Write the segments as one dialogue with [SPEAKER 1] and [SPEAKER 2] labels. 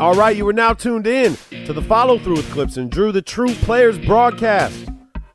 [SPEAKER 1] All right, you are now tuned in to the follow through with Clips and Drew, the True Players broadcast.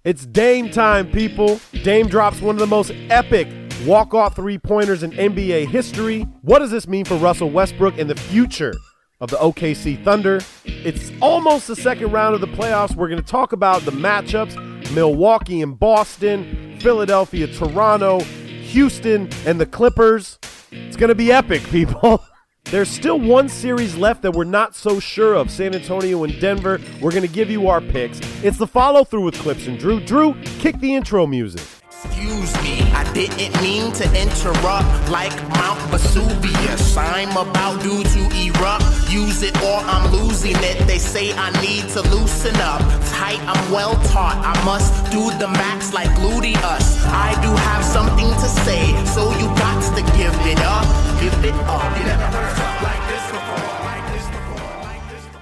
[SPEAKER 1] It's Dame time, people. Dame drops one of the most epic walk off three pointers in NBA history. What does this mean for Russell Westbrook and the future of the OKC Thunder? It's almost the second round of the playoffs. We're going to talk about the matchups Milwaukee and Boston, Philadelphia, Toronto, Houston, and the Clippers. It's going to be epic, people. There's still one series left that we're not so sure of San Antonio and Denver. We're going to give you our picks. It's the follow through with Clips and Drew. Drew, kick the intro music.
[SPEAKER 2] Excuse me, I didn't mean to interrupt like Mount Vesuvius. I'm about due to erupt. Use it or I'm losing it. They say I need to loosen up. Tight, I'm well taught. I must do the max like gluteus. I do have something to say, so you got to give it up. Give it up. You never heard something like this before. Like this before. Like this before.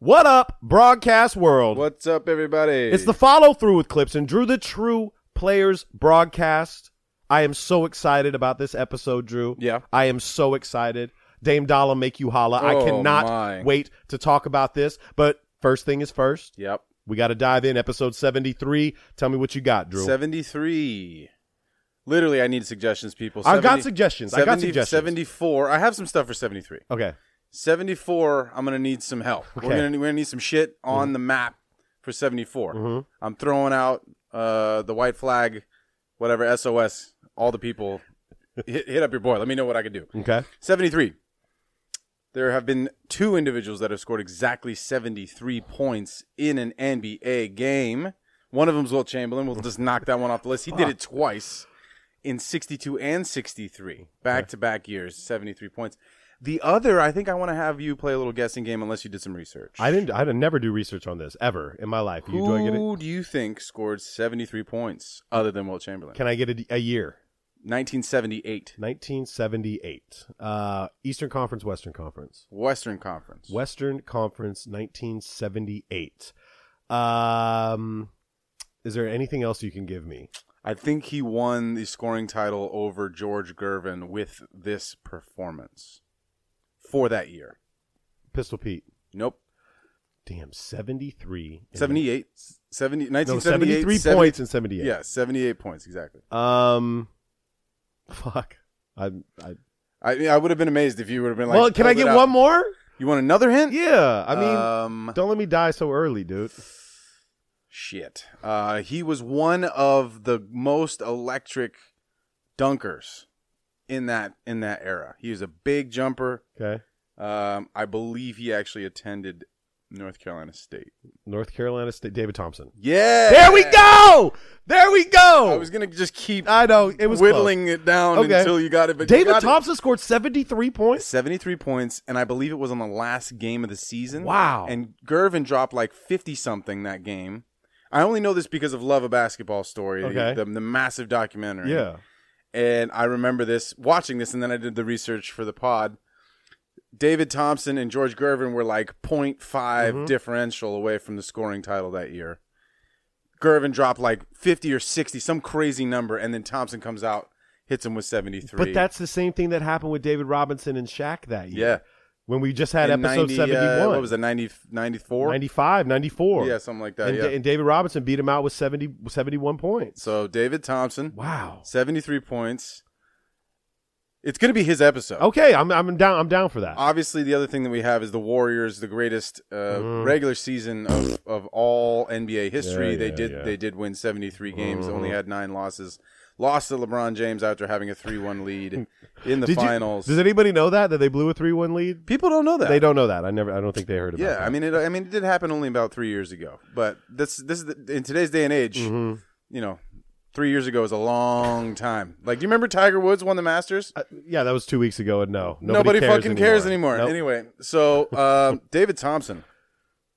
[SPEAKER 1] What up, broadcast world?
[SPEAKER 3] What's up, everybody?
[SPEAKER 1] It's the follow through with clips and Drew the True Players broadcast. I am so excited about this episode, Drew.
[SPEAKER 3] Yeah.
[SPEAKER 1] I am so excited. Dame Dollar make you holla. I
[SPEAKER 3] Oh,
[SPEAKER 1] cannot
[SPEAKER 3] my.
[SPEAKER 1] wait to talk about this. But first thing is first.
[SPEAKER 3] yep,
[SPEAKER 1] We got to dive in. Episode 73. Tell me what you got, Drew.
[SPEAKER 3] seventy-three. Literally, I need suggestions, people.
[SPEAKER 1] I've got
[SPEAKER 3] 70
[SPEAKER 1] suggestions. I got suggestions.
[SPEAKER 3] Seventy-four. I have some stuff for seventy-three.
[SPEAKER 1] Okay.
[SPEAKER 3] Seventy-four. I'm gonna need some help.
[SPEAKER 1] Okay. Mm-hmm.
[SPEAKER 3] We're gonna we're gonna need some shit on the map for 74
[SPEAKER 1] Mhm.
[SPEAKER 3] I'm throwing out uh, the white flag, whatever SOS. All the people, hit, hit up your boy. Let me know what I can do.
[SPEAKER 1] Okay.
[SPEAKER 3] 73. There have been two individuals that have scored exactly 73 points in an NBA game. One of them's Will Chamberlain. We'll just knock that one off the list. He did it twice in 62 and 63, back to back years, 73 points. The other, I think I want to have you play a little guessing game unless you did some research.
[SPEAKER 1] I didn't. I never do research on this ever in my life. You, do I get it?
[SPEAKER 3] Who do you think scored 73 points other than Will Chamberlain?
[SPEAKER 1] Can I get a, a year?
[SPEAKER 3] 1978,
[SPEAKER 1] 1978. Uh, Eastern Conference, Western Conference.
[SPEAKER 3] Western Conference.
[SPEAKER 1] Western Conference 1978. Um is there anything else you can give me?
[SPEAKER 3] I think he won the scoring title over George Gervin with this performance for that year.
[SPEAKER 1] Pistol Pete.
[SPEAKER 3] Nope.
[SPEAKER 1] Damn, 73. and-
[SPEAKER 3] 78, 70,
[SPEAKER 1] No,
[SPEAKER 3] 1978,
[SPEAKER 1] 73
[SPEAKER 3] 70
[SPEAKER 1] points in 78.
[SPEAKER 3] Yeah, 78 points, exactly.
[SPEAKER 1] Um fuck. I I
[SPEAKER 3] I mean, I would have been amazed if you would have been like,
[SPEAKER 1] Well, can I
[SPEAKER 3] pulled it
[SPEAKER 1] get
[SPEAKER 3] out.
[SPEAKER 1] one more?
[SPEAKER 3] You want another hint?
[SPEAKER 1] Yeah. I mean,
[SPEAKER 3] um,
[SPEAKER 1] don't let me die so early, dude.
[SPEAKER 3] shit. Uh, he was one of the most electric dunkers in that in that era. He was a big jumper.
[SPEAKER 1] Okay.
[SPEAKER 3] Um, I believe he actually attended North Carolina State.
[SPEAKER 1] North Carolina State David Thompson.
[SPEAKER 3] Yeah.
[SPEAKER 1] There we go. There we go.
[SPEAKER 3] I was gonna just keep
[SPEAKER 1] I know it was
[SPEAKER 3] whittling it down
[SPEAKER 1] Okay.
[SPEAKER 3] until you got it. But
[SPEAKER 1] close. David
[SPEAKER 3] you got
[SPEAKER 1] Thompson scored 73
[SPEAKER 3] it.
[SPEAKER 1] points.
[SPEAKER 3] 73 points, and I believe it was on the last game of the season.
[SPEAKER 1] Wow.
[SPEAKER 3] And Gervin dropped like 50 something that game. I only know this because of Love a Basketball Story, the-
[SPEAKER 1] Okay.
[SPEAKER 3] the, the massive documentary.
[SPEAKER 1] Yeah.
[SPEAKER 3] And I remember this, watching this, and then I did the research for the pod. David Thompson and George Gervin were like 0.5
[SPEAKER 1] Mm-hmm.
[SPEAKER 3] differential away from the scoring title that year. Gervin dropped like 50 or 60, some crazy number, and then Thompson comes out, hits him with 73.
[SPEAKER 1] But that's the same thing that happened with David Robinson and Shaq that year.
[SPEAKER 3] yeah.
[SPEAKER 1] when we just had
[SPEAKER 3] In
[SPEAKER 1] episode
[SPEAKER 3] 90, uh,
[SPEAKER 1] 71.
[SPEAKER 3] what was it, 90, 94?
[SPEAKER 1] 95, 94.
[SPEAKER 3] Yeah, something like that.
[SPEAKER 1] and,
[SPEAKER 3] yeah.
[SPEAKER 1] and David Robinson beat him out with 70, 71 points.
[SPEAKER 3] so David Thompson,
[SPEAKER 1] Wow.
[SPEAKER 3] 73 points. It's going to be his episode.
[SPEAKER 1] Okay, I'm I'm down I'm down for that.
[SPEAKER 3] Obviously, the other thing that we have is the Warriors, the greatest uh, regular season of, of all NBA history.
[SPEAKER 1] Mm. Yeah,
[SPEAKER 3] they
[SPEAKER 1] yeah,
[SPEAKER 3] did
[SPEAKER 1] yeah. Mm-hmm.
[SPEAKER 3] they did win 73 games, only had nine losses. Lost to LeBron James after having a 3-1 lead in the
[SPEAKER 1] Did you-
[SPEAKER 3] finals.
[SPEAKER 1] does anybody know that that they blew a 3-1 lead?
[SPEAKER 3] People don't know that.
[SPEAKER 1] They don't know that. I never I don't think they heard about
[SPEAKER 3] Yeah,
[SPEAKER 1] that.
[SPEAKER 3] I mean, it, I mean, it did happen only about three years ago. But this, this is the, in today's day and age.
[SPEAKER 1] Mm-hmm.
[SPEAKER 3] You know, three years ago is a long time. Like, do you remember Tiger Woods won the Masters?
[SPEAKER 1] Uh, yeah, that was 2 weeks ago and no.
[SPEAKER 3] Nobody, fucking cares anymore.
[SPEAKER 1] Nope.
[SPEAKER 3] Anyway, so uh, David Thompson,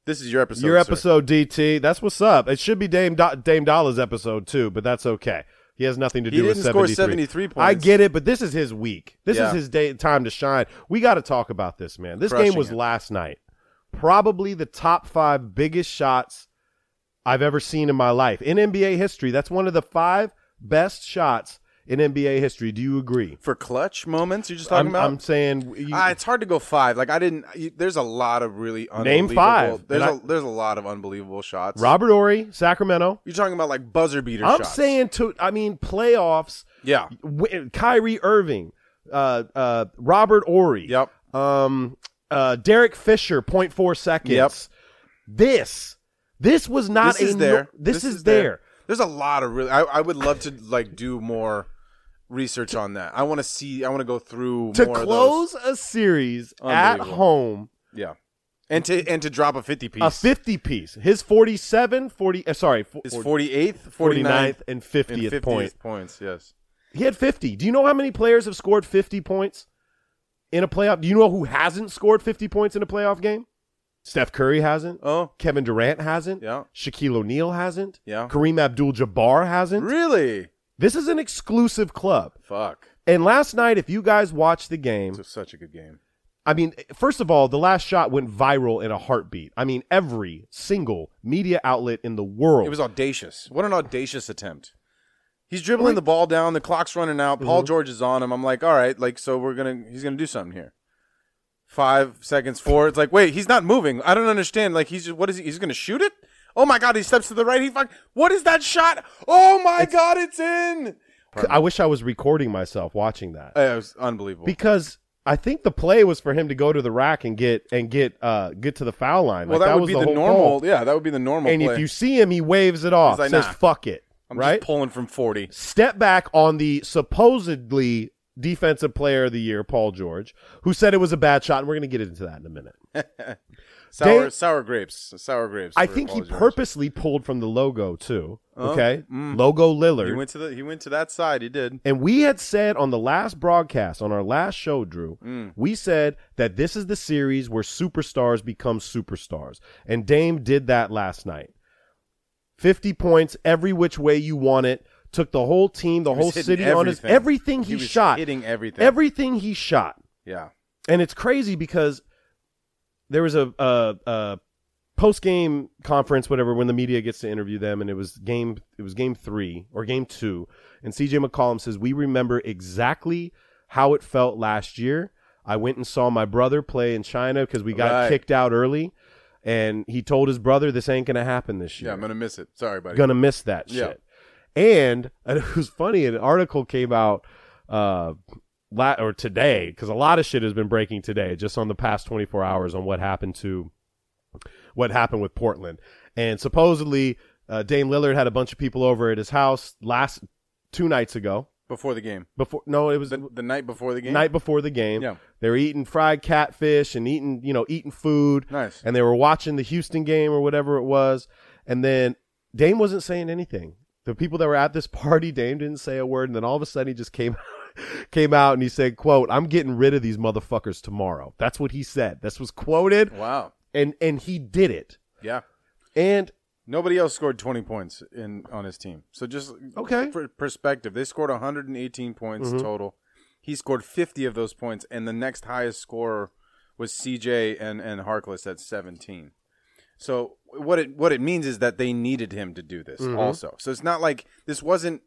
[SPEAKER 3] this is your episode.
[SPEAKER 1] um, Your
[SPEAKER 3] sir.
[SPEAKER 1] episode DT, that's what's up. It should be Dame Do- Dame Dollar's episode too, but that's okay. He has nothing to
[SPEAKER 3] He
[SPEAKER 1] do with
[SPEAKER 3] didn't score
[SPEAKER 1] 73.
[SPEAKER 3] 73 points.
[SPEAKER 1] I get it, but this is his week. This
[SPEAKER 3] Yeah.
[SPEAKER 1] is his day time to shine. We got to talk about this, man. This
[SPEAKER 3] Crushing
[SPEAKER 1] game was
[SPEAKER 3] it.
[SPEAKER 1] last night. Probably the top 5 biggest shots I've ever seen in my life. In NBA history, that's one of the 5 best shots in NBA history. Do you agree?
[SPEAKER 3] for clutch moments. You're just talking
[SPEAKER 1] I'm,
[SPEAKER 3] about.
[SPEAKER 1] I'm saying you,
[SPEAKER 3] Ah, it's hard to go five. Like I didn't. You, there's a lot of really unbelievable.
[SPEAKER 1] five.
[SPEAKER 3] There's
[SPEAKER 1] And
[SPEAKER 3] a, there's a lot of unbelievable shots.
[SPEAKER 1] Robert Ory, Sacramento.
[SPEAKER 3] you're talking about like buzzer beater
[SPEAKER 1] I'm
[SPEAKER 3] shots.
[SPEAKER 1] saying to I mean playoffs
[SPEAKER 3] yeah,
[SPEAKER 1] w- Kyrie Irving, uh, uh, Robert Ory,
[SPEAKER 3] Yep.
[SPEAKER 1] um, uh, Derek Fisher, 0.4 seconds.
[SPEAKER 3] Yep.
[SPEAKER 1] This, this was not
[SPEAKER 3] this
[SPEAKER 1] a
[SPEAKER 3] is
[SPEAKER 1] no-
[SPEAKER 3] there.
[SPEAKER 1] this, is, there.
[SPEAKER 3] There's a lot of really. I, I would love to like do more research on that. I want to see. I want to go through
[SPEAKER 1] To
[SPEAKER 3] more Of
[SPEAKER 1] close a series at
[SPEAKER 3] Unbelievable.
[SPEAKER 1] home,
[SPEAKER 3] those. Yeah, and to and to drop a fifty piece.
[SPEAKER 1] a 50 piece. His 47, 40, uh, sorry, fo-
[SPEAKER 3] is 48th, 49th,
[SPEAKER 1] 49th and
[SPEAKER 3] and
[SPEAKER 1] 50th,
[SPEAKER 3] 50th
[SPEAKER 1] point.
[SPEAKER 3] points. Yes.
[SPEAKER 1] He had 50. Do you know how many players have scored 50 points in a playoff? Do you know who hasn't scored 50 points in a playoff game? Steph Curry hasn't.
[SPEAKER 3] Oh,
[SPEAKER 1] Kevin Durant hasn't.
[SPEAKER 3] Yeah.
[SPEAKER 1] Shaquille O'Neal hasn't.
[SPEAKER 3] Yeah.
[SPEAKER 1] Kareem Abdul-Jabbar hasn't.
[SPEAKER 3] really?
[SPEAKER 1] This is an exclusive club.
[SPEAKER 3] Fuck.
[SPEAKER 1] And last night, if you guys watched the game,
[SPEAKER 3] This was such a good game.
[SPEAKER 1] I mean, first of all, the last shot went viral in a heartbeat. I mean, every single media outlet in the world.
[SPEAKER 3] It was audacious. What an audacious attempt. He's dribbling the ball down. The clock's running out.
[SPEAKER 1] Mm-hmm.
[SPEAKER 3] Paul George is on him. I'm like, all right, like so we're gonna. He's gonna do something here. Five seconds, four. It's like, wait, he's not moving. I don't understand. Like he's just, what is he? He's gonna shoot it? Oh my god, he steps to the right. He fuck. What is that shot? Oh my god, it's in.
[SPEAKER 1] I wish I was recording myself watching that.
[SPEAKER 3] Uh, It was unbelievable.
[SPEAKER 1] because I think the play was for him to go to the rack and get and get uh get to the foul line.
[SPEAKER 3] well,
[SPEAKER 1] Like,
[SPEAKER 3] that, would
[SPEAKER 1] was
[SPEAKER 3] be the,
[SPEAKER 1] whole
[SPEAKER 3] normal.
[SPEAKER 1] goal.
[SPEAKER 3] Yeah, that would be the normal.
[SPEAKER 1] And
[SPEAKER 3] play.
[SPEAKER 1] if you see him, he waves it off,
[SPEAKER 3] He's like,
[SPEAKER 1] says
[SPEAKER 3] nah.
[SPEAKER 1] "fuck it,"
[SPEAKER 3] I'm
[SPEAKER 1] right?
[SPEAKER 3] just pulling from forty.
[SPEAKER 1] Step back on the supposedly defensive player of the year, Paul George, who said it was a bad shot, and we're going to get into that in a minute.
[SPEAKER 3] Sour,
[SPEAKER 1] Dave-
[SPEAKER 3] sour grapes. Sour grapes.
[SPEAKER 1] I
[SPEAKER 3] for
[SPEAKER 1] think he
[SPEAKER 3] Paul George. Oh, mm.
[SPEAKER 1] purposely pulled from the logo too. Okay, logo Lillard.
[SPEAKER 3] He went to the. He went to that side. He did.
[SPEAKER 1] And we had said on the last broadcast, on our last show, Drew,
[SPEAKER 3] Mm.
[SPEAKER 1] we said that this is the series where superstars become superstars. And Dame did that last night. 50 points every which way you want it. Took the whole team, the
[SPEAKER 3] was
[SPEAKER 1] whole
[SPEAKER 3] hitting
[SPEAKER 1] city on his
[SPEAKER 3] everything.
[SPEAKER 1] everything he,
[SPEAKER 3] He was
[SPEAKER 1] shot.
[SPEAKER 3] hitting everything.
[SPEAKER 1] Everything he shot.
[SPEAKER 3] Yeah.
[SPEAKER 1] And it's crazy because there was a, a, a post game conference, whatever, when the media gets to interview them, and it was game it was game three or game two, and CJ McCollum says, "We remember exactly how it felt last year. I went and saw my brother play in China because we got
[SPEAKER 3] Right.
[SPEAKER 1] kicked out early, and he told his brother this ain't gonna happen this year.
[SPEAKER 3] Yeah, I'm gonna miss it. Sorry, buddy.
[SPEAKER 1] gonna miss that
[SPEAKER 3] Yeah.
[SPEAKER 1] shit." And, and it was funny. An article came out. Uh, la- or today because a lot of shit has been breaking today just on the past 24 hours on what happened to what happened with portland and supposedly uh, dame lillard had a bunch of people over at his house last two nights ago
[SPEAKER 3] Before the game,
[SPEAKER 1] before no it was
[SPEAKER 3] the, the night before the game.
[SPEAKER 1] night before the game
[SPEAKER 3] Yeah.
[SPEAKER 1] they were eating fried catfish and eating you know eating food
[SPEAKER 3] Nice.
[SPEAKER 1] and they were watching the houston game or whatever it was and then dame wasn't saying anything the people that were at this party dame didn't say a word and then all of a sudden he just came came out and he said quote i'm getting rid of these motherfuckers tomorrow that's what he said this was quoted
[SPEAKER 3] Wow.
[SPEAKER 1] and and he did it
[SPEAKER 3] Yeah.
[SPEAKER 1] and
[SPEAKER 3] Nobody else scored 20 points in on his team. So just
[SPEAKER 1] Okay. Mm-hmm.
[SPEAKER 3] for perspective, they scored 118 points total. He scored 50 of those points, and the next highest scorer was CJ and and Harkless at 17. So what it what it means is that they needed him to do this also. So it's not like this wasn't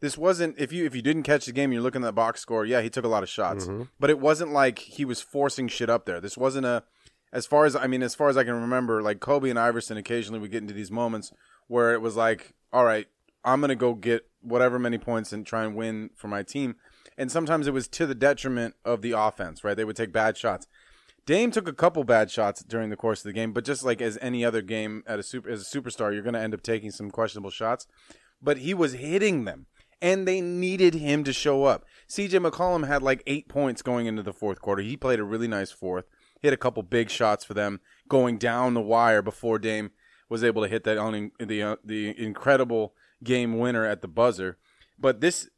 [SPEAKER 3] this wasn't if you if you didn't catch the game and you're looking at the box score, yeah, he took a lot of shots. But it wasn't like he was forcing shit up there. This wasn't a as far as I mean, as far as I can remember, like Kobe and Iverson occasionally would get into these moments where it was like, All right, I'm gonna go get whatever many points and try and win for my team. And sometimes it was to the detriment of the offense, right? They would take bad shots. Dame took a couple bad shots during the course of the game, but just like as any other game at a super as a superstar, you're going to end up taking some questionable shots. But he was hitting them, and they needed him to show up. CJ McCollum had like eight points going into the fourth quarter. He played a really nice fourth. Hit a couple big shots for them going down the wire before Dame was able to hit that on the uh, the incredible game winner at the buzzer. But this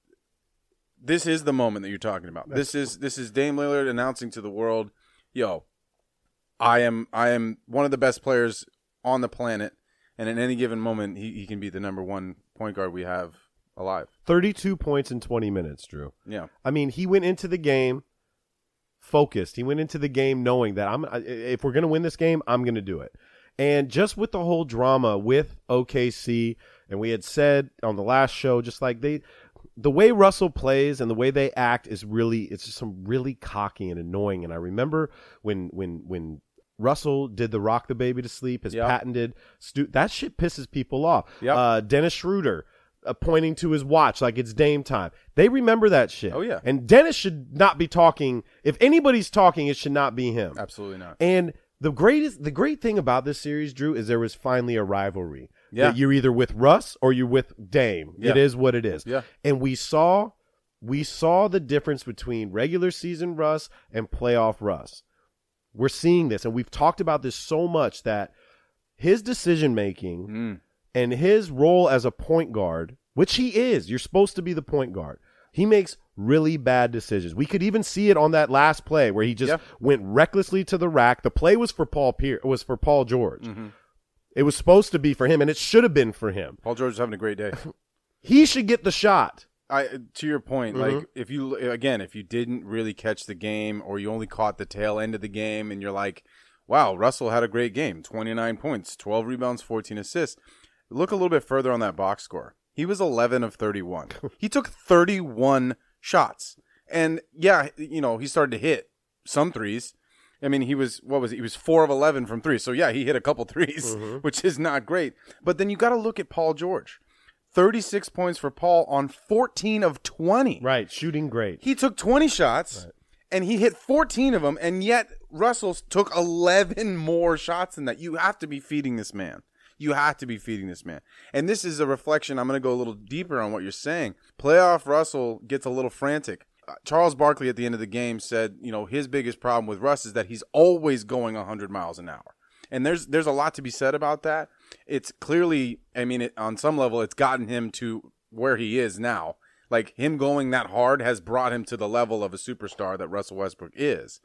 [SPEAKER 3] this is the moment that you're talking about. This is this is Dame Lillard announcing to the world, "Yo, I am I am one of the best players on the planet, and in any given moment, he, he can be the number one point guard we have alive."
[SPEAKER 1] 32 points in 20 minutes, Drew.
[SPEAKER 3] Yeah,
[SPEAKER 1] I mean, he went into the game focused. He went into the game knowing that I'm I- if we're going to win this game, I'm going to do it. And just with the whole drama with OKC and we had said on the last show just like they the way Russell plays and the way they act is really it's just some really cocky and annoying and I remember when when when Russell did the rock the baby to sleep his
[SPEAKER 3] Yeah.
[SPEAKER 1] patented stu- that shit pisses people off.
[SPEAKER 3] Yep.
[SPEAKER 1] Uh Dennis Schroeder uh, pointing to his watch like it's Dame time. They remember that shit.
[SPEAKER 3] Oh, yeah.
[SPEAKER 1] And Dennis should not be talking. If anybody's talking, it should not be him.
[SPEAKER 3] absolutely not.
[SPEAKER 1] And the greatest, the great thing about this series, Drew, is there was finally a rivalry.
[SPEAKER 3] Yeah.
[SPEAKER 1] That you're either with Russ or you're with Dame.
[SPEAKER 3] Yeah.
[SPEAKER 1] It is what it is.
[SPEAKER 3] Yeah.
[SPEAKER 1] And we saw, we saw the difference between regular season Russ and playoff Russ. We're seeing this, and we've talked about this so much that his decision making
[SPEAKER 3] Mm.
[SPEAKER 1] and his role as a point guard, which he is, you're supposed to be the point guard. He makes really bad decisions. We could even see it on that last play where he just
[SPEAKER 3] Yeah.
[SPEAKER 1] went recklessly to the rack. The play was for Paul Pier- was for Paul George. It was supposed to be for him and it should have been for him.
[SPEAKER 3] Paul George is having a great day.
[SPEAKER 1] He should get the shot.
[SPEAKER 3] I to your point, like if you again, if you didn't really catch the game or you only caught the tail end of the game, and you're like, "Wow, Russell had a great game: 29 points, 12 rebounds, 14 assists." Look a little bit further on that box score. He was 11 of 31. he took 31 shots, and yeah, you know he started to hit some threes. I mean, he was what was it? he was four of eleven from three. So yeah, he hit a couple 3s which is not great. But then you got to look at Paul George, thirty six points for Paul on fourteen of twenty.
[SPEAKER 1] Right, shooting great.
[SPEAKER 3] He took twenty shots and he hit fourteen of them, and yet Russell took eleven more shots than that. You have to be feeding this man. You have to be feeding this man. And this is a reflection. I'm going to go a little deeper on what you're saying. Playoff Russell gets a little frantic. Uh, Charles Barkley at the end of the game said, you know, his biggest problem with Russ is that he's always going 100 miles an hour. And there's there's a lot to be said about that. It's clearly, I mean, it, on some level, it's gotten him to where he is now. Like him going that hard has brought him to the level of a superstar that Russell Westbrook is.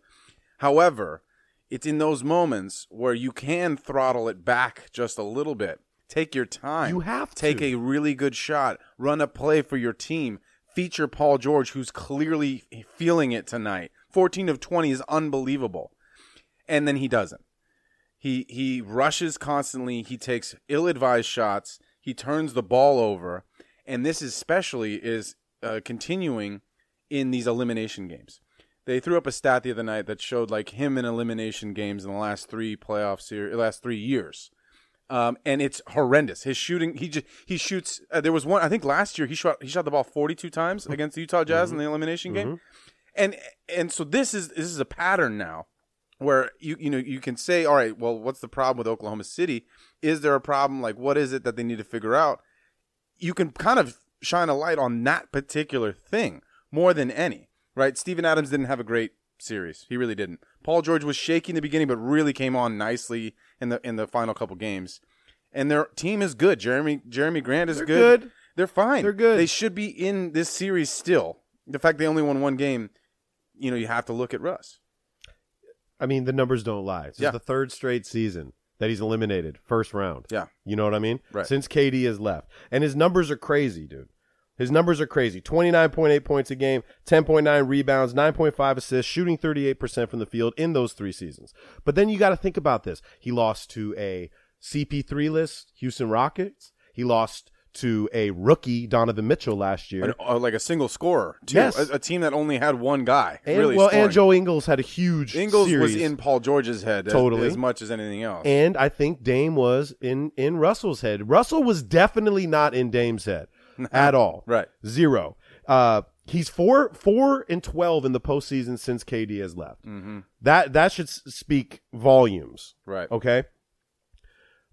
[SPEAKER 3] However, it's in those moments where you can throttle it back just a little bit. Take your time.
[SPEAKER 1] You have
[SPEAKER 3] take
[SPEAKER 1] to.
[SPEAKER 3] a really good shot. Run a play for your team. Feature Paul George, who's clearly feeling it tonight. 14 of 20 is unbelievable. And then he doesn't. He he rushes constantly. He takes ill-advised shots. He turns the ball over, and this especially is uh, continuing in these elimination games. They threw up a stat the other night that showed like him in elimination games in the last three playoff series, last three years, um, and it's horrendous. His shooting, he just he shoots. Uh, there was one I think last year he shot he shot the ball 42 times against the Utah Jazz in the elimination game, and and so this is this is a pattern now where you you know you can say all right well what's the problem with Oklahoma City is there a problem like what is it that they need to figure out you can kind of shine a light on that particular thing more than any right Steven Adams didn't have a great series he really didn't Paul George was shaky in the beginning but really came on nicely in the in the final couple games and their team is good Jeremy Jeremy Grant is
[SPEAKER 1] They're
[SPEAKER 3] good.
[SPEAKER 1] good.
[SPEAKER 3] they're fine
[SPEAKER 1] They're good.
[SPEAKER 3] they should be in this series still the fact they only won one game you know you have to look at Russ
[SPEAKER 1] I mean, the numbers don't lie. This
[SPEAKER 3] Yeah.
[SPEAKER 1] is the third straight season that he's eliminated first round.
[SPEAKER 3] yeah
[SPEAKER 1] You know what I mean?
[SPEAKER 3] Right.
[SPEAKER 1] Since KD has left. And his numbers are crazy, dude. His numbers are crazy. 29.8 points a game, 10.9 rebounds, 9.5 assists, shooting 38% from the field in those three seasons. But then you got to think about this. He lost to a CP3 list, Houston Rockets. He lost to a rookie Donovan Mitchell last year.
[SPEAKER 3] An- uh, like a single scorer. Too.
[SPEAKER 1] Yes.
[SPEAKER 3] A, a team that only had one guy.
[SPEAKER 1] And,
[SPEAKER 3] really
[SPEAKER 1] well,
[SPEAKER 3] scoring.
[SPEAKER 1] and Joe Ingles had a huge
[SPEAKER 3] Ingles
[SPEAKER 1] series.
[SPEAKER 3] was in Paul George's head as-
[SPEAKER 1] Totally.
[SPEAKER 3] as, much as anything else.
[SPEAKER 1] and I think Dame was in in Russell's head. Russell was definitely not in Dame's head at all.
[SPEAKER 3] Right.
[SPEAKER 1] zero. Uh, he's four four and twelve in the postseason since KD has left.
[SPEAKER 3] Mm-hmm.
[SPEAKER 1] That that should s- speak volumes.
[SPEAKER 3] right.
[SPEAKER 1] Okay.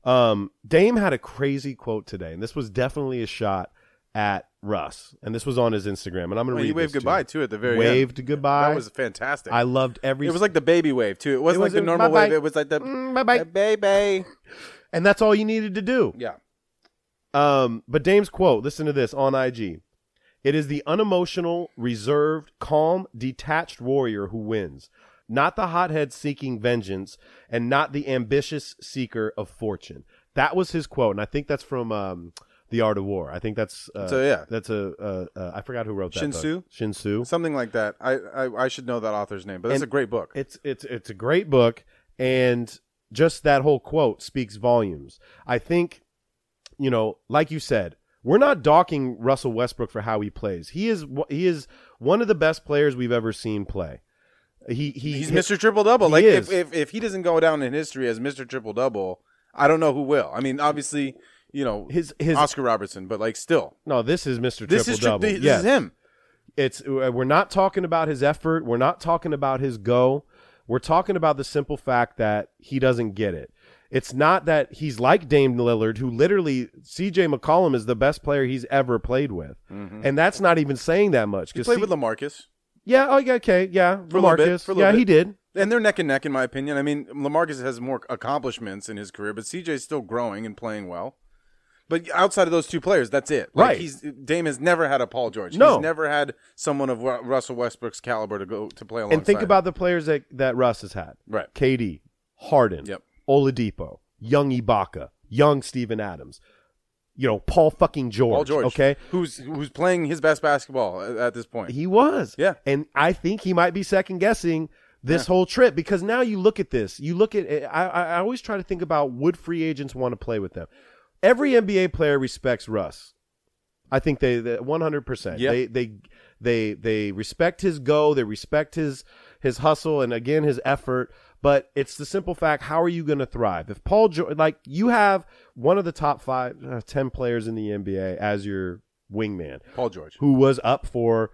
[SPEAKER 1] Um, Dame had a crazy quote today, and this was definitely a shot at Russ, and this was on his Instagram. And I'm gonna
[SPEAKER 3] Well,
[SPEAKER 1] read.
[SPEAKER 3] he waved
[SPEAKER 1] this to
[SPEAKER 3] goodbye
[SPEAKER 1] you.
[SPEAKER 3] too at the very
[SPEAKER 1] Waved
[SPEAKER 3] end.
[SPEAKER 1] goodbye.
[SPEAKER 3] That was fantastic.
[SPEAKER 1] I loved every.
[SPEAKER 3] it was like the baby wave too. It wasn't
[SPEAKER 1] was
[SPEAKER 3] like
[SPEAKER 1] a
[SPEAKER 3] the normal
[SPEAKER 1] bye-bye.
[SPEAKER 3] wave. It was like the
[SPEAKER 1] Mm, bye-bye.
[SPEAKER 3] the baby.
[SPEAKER 1] and that's all you needed to do.
[SPEAKER 3] Yeah.
[SPEAKER 1] Um, but Dame's quote, listen to this on IG. It is the unemotional, reserved, calm, detached warrior who wins, not the hothead seeking vengeance, and not the ambitious seeker of fortune. That was his quote, and I think that's from um, The Art of War. I think that's uh,
[SPEAKER 3] So, yeah.
[SPEAKER 1] that's a uh, uh, I forgot who wrote that.
[SPEAKER 3] Shin
[SPEAKER 1] book.
[SPEAKER 3] Tzu?
[SPEAKER 1] Shin Tzu.
[SPEAKER 3] Something like that. I, I I should know that author's name, but that's
[SPEAKER 1] And
[SPEAKER 3] a great book.
[SPEAKER 1] It's it's it's a great book, and just that whole quote speaks volumes. I think, you know, like you said, we're not docking Russell Westbrook for how he plays. He is wh- he is one of the best players we've ever seen play. He, he
[SPEAKER 3] He's
[SPEAKER 1] he-
[SPEAKER 3] Mr. Triple Double.
[SPEAKER 1] He
[SPEAKER 3] Like
[SPEAKER 1] is.
[SPEAKER 3] if, if if he doesn't go down in history as Mr. Triple Double, I don't know who will. I mean, obviously, you know,
[SPEAKER 1] His his
[SPEAKER 3] Oscar Robertson, but like still,
[SPEAKER 1] no. This is Mr.
[SPEAKER 3] this
[SPEAKER 1] Triple
[SPEAKER 3] is
[SPEAKER 1] Double.
[SPEAKER 3] This
[SPEAKER 1] yes.
[SPEAKER 3] is him.
[SPEAKER 1] it's uh, we're not talking about his effort we're not talking about his go we're talking about the simple fact that he doesn't get it it's not that he's like Dame Lillard, who literally CJ McCollum is the best player he's ever played with, and that's not even saying that much.
[SPEAKER 3] Mm-hmm. He
[SPEAKER 1] Because
[SPEAKER 3] played with Lamarcus,
[SPEAKER 1] yeah, oh, yeah, okay, yeah,
[SPEAKER 3] For a little bit,
[SPEAKER 1] Lamarcus,
[SPEAKER 3] for a
[SPEAKER 1] yeah,
[SPEAKER 3] little
[SPEAKER 1] he
[SPEAKER 3] bit.
[SPEAKER 1] did.
[SPEAKER 3] and they're neck and neck in my opinion. I mean, Lamarcus has more accomplishments in his career, but CJ's still growing and playing well. But outside of those two players, that's it. Like,
[SPEAKER 1] Right.
[SPEAKER 3] He's Dame has never had a Paul George.
[SPEAKER 1] No.
[SPEAKER 3] He's never had someone of Ru- Russell Westbrook's caliber to go to play alongside.
[SPEAKER 1] And think
[SPEAKER 3] him.
[SPEAKER 1] about the players that that Russ has had:
[SPEAKER 3] Right.
[SPEAKER 1] KD, Harden,
[SPEAKER 3] Yep.
[SPEAKER 1] Oladipo, young Ibaka, young Steven Adams, you know, Paul fucking George.
[SPEAKER 3] Paul George,
[SPEAKER 1] okay,
[SPEAKER 3] who's who's playing his best basketball at, at this point.
[SPEAKER 1] He was.
[SPEAKER 3] Yeah.
[SPEAKER 1] And I think he might be second guessing this whole trip because now you look at this, you look at I, I I always try to think about would free agents want to play with them. Every NBA player respects Russ. I think they, they 100%.
[SPEAKER 3] Yeah.
[SPEAKER 1] They they they they respect his go, they respect his his hustle and again his effort, but it's the simple fact how are you going to thrive? If Paul George like you have one of the top 5 uh, 10 players in the NBA as your wingman
[SPEAKER 3] Paul George.
[SPEAKER 1] who was up for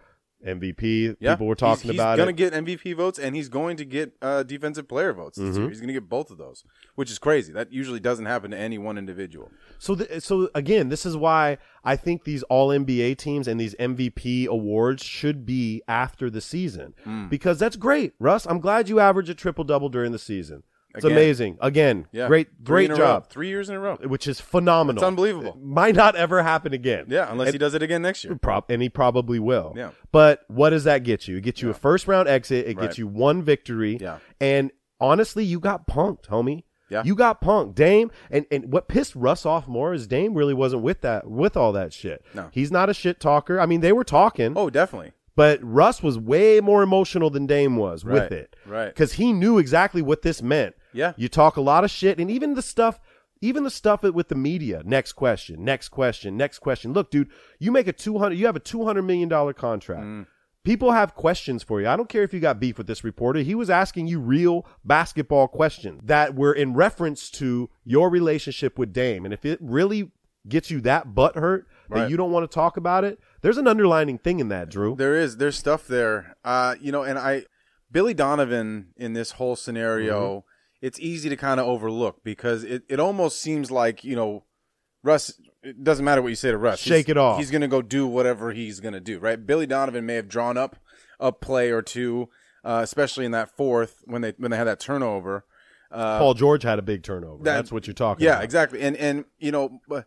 [SPEAKER 1] MVP.
[SPEAKER 3] Yeah,
[SPEAKER 1] People were
[SPEAKER 3] he's-
[SPEAKER 1] talking
[SPEAKER 3] he's
[SPEAKER 1] about
[SPEAKER 3] gonna
[SPEAKER 1] it.
[SPEAKER 3] get MVP votes, and he's going to get uh, defensive player votes. this
[SPEAKER 1] Mm-hmm.
[SPEAKER 3] year. He's going to get both of those, which is crazy. That usually doesn't happen to any one individual.
[SPEAKER 1] so, th- so again, this is why I think these All NBA teams and these MVP awards should be after the season
[SPEAKER 3] Hmm.
[SPEAKER 1] because that's great, Russ. I'm glad you average a triple double during the season. It's
[SPEAKER 3] Again.
[SPEAKER 1] amazing. Again,
[SPEAKER 3] Yeah,
[SPEAKER 1] great,
[SPEAKER 3] Three
[SPEAKER 1] great
[SPEAKER 3] in a
[SPEAKER 1] job,
[SPEAKER 3] row. Three years in a row.
[SPEAKER 1] which is phenomenal.
[SPEAKER 3] It's unbelievable.
[SPEAKER 1] Might not ever happen again.
[SPEAKER 3] Yeah, unless he does it again next year.
[SPEAKER 1] Prob- and he probably will.
[SPEAKER 3] Yeah.
[SPEAKER 1] But what does that get you? It gets you a first round exit. It
[SPEAKER 3] Right.
[SPEAKER 1] gets you one victory.
[SPEAKER 3] Yeah.
[SPEAKER 1] And honestly, you got punked, homie.
[SPEAKER 3] Yeah.
[SPEAKER 1] You got punked. Dame and, and what pissed Russ off more is Dame really wasn't with that with all that shit.
[SPEAKER 3] No.
[SPEAKER 1] He's not a shit talker. I mean, they were talking,
[SPEAKER 3] Oh, definitely.
[SPEAKER 1] but Russ was way more emotional than Dame was with
[SPEAKER 3] Right.
[SPEAKER 1] it.
[SPEAKER 3] Right.
[SPEAKER 1] Because he knew exactly what this meant.
[SPEAKER 3] Yeah.
[SPEAKER 1] You talk a lot of shit and even the stuff even the stuff with the media. Next question, next question, next question. Look, dude, you make a 200 you have a 200 million dollar contract.
[SPEAKER 3] Mm.
[SPEAKER 1] People have questions for you. I don't care if you got beef with this reporter. He was asking you real basketball questions that were in reference to your relationship with Dame. And if it really gets you that butt hurt that
[SPEAKER 3] Right.
[SPEAKER 1] you don't want to talk about it, there's an underlining thing in that, Drew.
[SPEAKER 3] There is. There's stuff there. Uh, you know, and I, Billy Donovan in this whole scenario,
[SPEAKER 1] Mm-hmm.
[SPEAKER 3] it's easy to kind of overlook because it, it almost seems like, you know, Russ, it doesn't matter what you say to Russ.
[SPEAKER 1] Shake
[SPEAKER 3] He's-
[SPEAKER 1] it off.
[SPEAKER 3] He's going to go do whatever he's going to do, right? Billy Donovan may have drawn up a play or two, uh, especially in that fourth when they, when they had that turnover.
[SPEAKER 1] Paul George had a big turnover.
[SPEAKER 3] uh, that-
[SPEAKER 1] That's what you're talking
[SPEAKER 3] yeah
[SPEAKER 1] about.
[SPEAKER 3] exactly and and you know but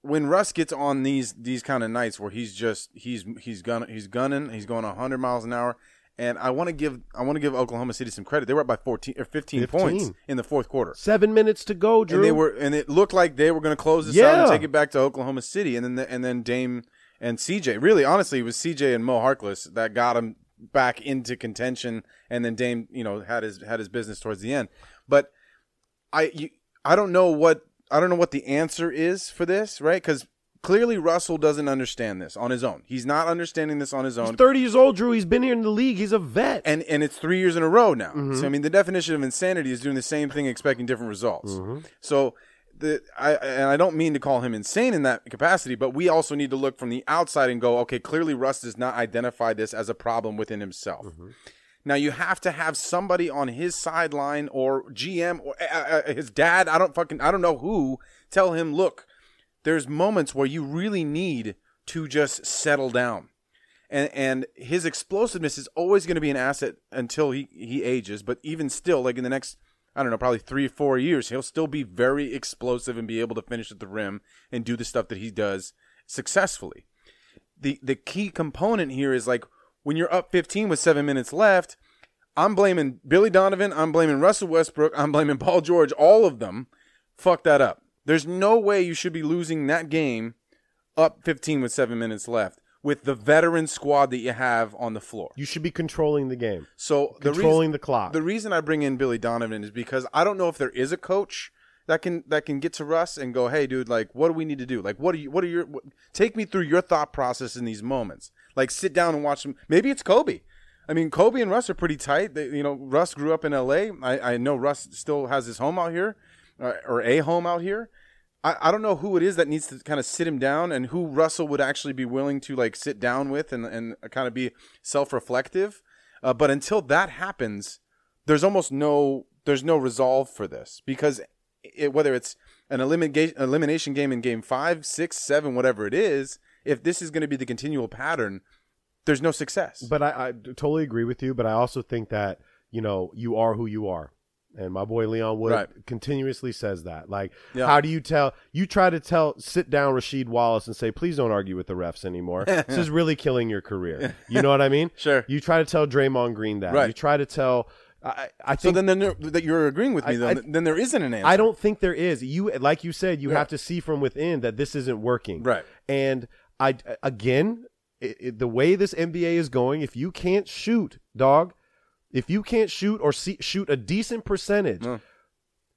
[SPEAKER 3] when russ gets on these these kind of nights where he's just he's he's gun he's gunning he's going 100 miles an hour and i want to give i want to give oklahoma city some credit they were up by 14 or 15,
[SPEAKER 1] 15.
[SPEAKER 3] points in the fourth quarter
[SPEAKER 1] Seven minutes to go, Drew.
[SPEAKER 3] and they were and it looked like they were going to close this out and
[SPEAKER 1] Yeah.
[SPEAKER 3] take it back to oklahoma city and then the, and then dame and cj really honestly it was cj and mo harkless that got him back into contention and then dame you know had his had his business towards the end but I you, I don't know what I don't know what the answer is for this, right? Because Clearly, Russell doesn't understand this on his own. He's not understanding this on his
[SPEAKER 1] He's
[SPEAKER 3] own.
[SPEAKER 1] 30 years old, Drew. He's been here in the league. He's a vet.
[SPEAKER 3] and and it's three years in a row now. So I mean, the definition of insanity is doing the same thing, expecting different results. So the I and I don't mean to call him insane in that capacity, but we also need to look from the outside and go, okay, clearly Russ does not identify this as a problem within himself. Now you have to have somebody on his sideline or GM or uh, uh, his dad. I don't fucking I don't know who tell him, look, there's moments where you really need to just settle down and and his explosiveness is always going to be an asset until he he ages. But even still, like in the next, I don't know, probably three or four years, he'll still be very explosive and be able to finish at the rim and do the stuff that he does successfully. The the key component here is like when you're up 15 with seven minutes left. I'm blaming Billy Donovan. I'm blaming Russell Westbrook. I'm blaming Paul George. All of them fucked that up. There's no way you should be losing that game up 15 with seven minutes left with the veteran squad that you have on the floor.
[SPEAKER 1] you should be controlling the game.
[SPEAKER 3] So the
[SPEAKER 1] Controlling
[SPEAKER 3] reason,
[SPEAKER 1] the clock.
[SPEAKER 3] The reason I bring in Billy Donovan is because I don't know if there is a coach that can that can get to Russ and go, "Hey, dude, like, what do we need to do? Like, what are you? What are your? What, take me through your thought process in these moments. Like, sit down and watch them. Maybe it's Kobe. I mean, Kobe and Russ are pretty tight. They, you know, Russ grew up in L.A. I, I know Russ still has his home out here, uh, or a home out here. I, I don't know who it is that needs to kind of sit him down and who Russell would actually be willing to like sit down with and, and kind of be self reflective. Uh, but until that happens, there's almost no there's no resolve for this because it, whether it's an elimination elimination game in game five, six, seven, whatever it is, if this is going to be the continual pattern, there's no success.
[SPEAKER 1] But I, I totally agree with you. But I also think that you know you are who you are, and my boy Leon Wood
[SPEAKER 3] Right.
[SPEAKER 1] continuously says that. Like,
[SPEAKER 3] Yeah.
[SPEAKER 1] how do you tell? You try to tell, sit down Rasheed Wallace and say, please don't argue with the refs anymore. this is really killing your career. You know what I mean?
[SPEAKER 3] Sure.
[SPEAKER 1] You try to tell Draymond Green that.
[SPEAKER 3] Right.
[SPEAKER 1] You try to tell. I, I
[SPEAKER 3] so
[SPEAKER 1] think
[SPEAKER 3] then, then that you're agreeing with me,
[SPEAKER 1] I-
[SPEAKER 3] then,
[SPEAKER 1] I-
[SPEAKER 3] then there isn't an answer.
[SPEAKER 1] I don't think there is. You like you said, you
[SPEAKER 3] Yeah.
[SPEAKER 1] have to see from within that this isn't working.
[SPEAKER 3] Right.
[SPEAKER 1] And I again, it, it- the way this NBA is going, if you can't shoot, dog, if you can't shoot or see, shoot a decent percentage.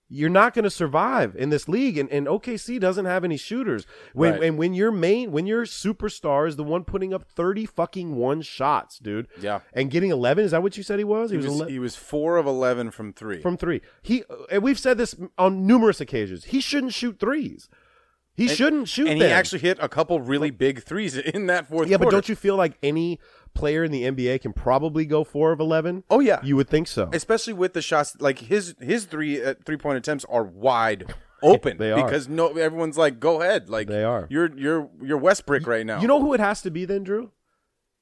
[SPEAKER 1] You're not going to survive in this league, and, and OKC doesn't have any shooters. When
[SPEAKER 3] Right.
[SPEAKER 1] and when your main, when your superstar is the one putting up thirty fucking one shots, dude.
[SPEAKER 3] Yeah.
[SPEAKER 1] and getting eleven is that what you said he was?
[SPEAKER 3] He was,
[SPEAKER 1] ele-
[SPEAKER 3] he was four of eleven from three.
[SPEAKER 1] from three. He and we've said this on numerous occasions. He shouldn't shoot threes. He shouldn't shoot.
[SPEAKER 3] and
[SPEAKER 1] them.
[SPEAKER 3] he actually hit a couple really big threes in that fourth
[SPEAKER 1] yeah, but
[SPEAKER 3] quarter.
[SPEAKER 1] don't you feel like any player in the NBA can probably go four of eleven?
[SPEAKER 3] Oh, yeah.
[SPEAKER 1] you would think so.
[SPEAKER 3] especially with the shots like his his three uh, three point attempts are wide open
[SPEAKER 1] They are.
[SPEAKER 3] because no everyone's like go ahead like
[SPEAKER 1] They are.
[SPEAKER 3] you're you're you're Westbrook right now
[SPEAKER 1] You know who it has to be then, Drew?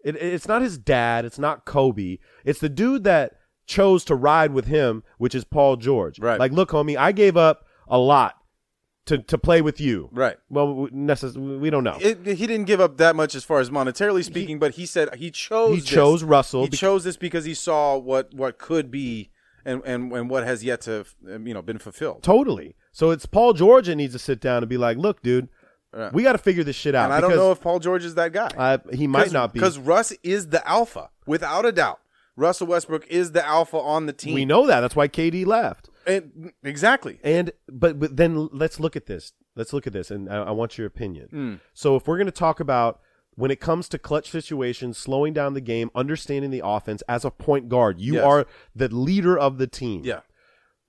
[SPEAKER 1] It, it- it's not his dad. It's not Kobe. It's the dude that chose to ride with him, which is Paul George.
[SPEAKER 3] Right.
[SPEAKER 1] Like, look, homie, I gave up a lot to to play with you.
[SPEAKER 3] right
[SPEAKER 1] Well, we, necess- we don't know.
[SPEAKER 3] it, he didn't give up that much as far as monetarily speaking but he said he chose
[SPEAKER 1] He
[SPEAKER 3] this.
[SPEAKER 1] chose Russell
[SPEAKER 3] he
[SPEAKER 1] bec-
[SPEAKER 3] chose this because he saw what what could be and and and what has yet to um, you know been fulfilled
[SPEAKER 1] Totally. So it's Paul George that needs to sit down and be like, look, dude,
[SPEAKER 3] Yeah.
[SPEAKER 1] we got to figure this shit out.
[SPEAKER 3] and I don't
[SPEAKER 1] because
[SPEAKER 3] know if Paul George is that guy
[SPEAKER 1] I- he might not be.
[SPEAKER 3] because Russ is the alpha without a doubt Russell Westbrook is the alpha on the team
[SPEAKER 1] We know that. That's why KD left.
[SPEAKER 3] And- exactly
[SPEAKER 1] And but but then let's look at this. Let's look at this, and I, I want your opinion.
[SPEAKER 3] Hmm.
[SPEAKER 1] So if we're going to talk about when it comes to clutch situations, slowing down the game, understanding the offense as a point guard, you
[SPEAKER 3] Yes.
[SPEAKER 1] are the leader of the team.
[SPEAKER 3] yeah Uh-huh.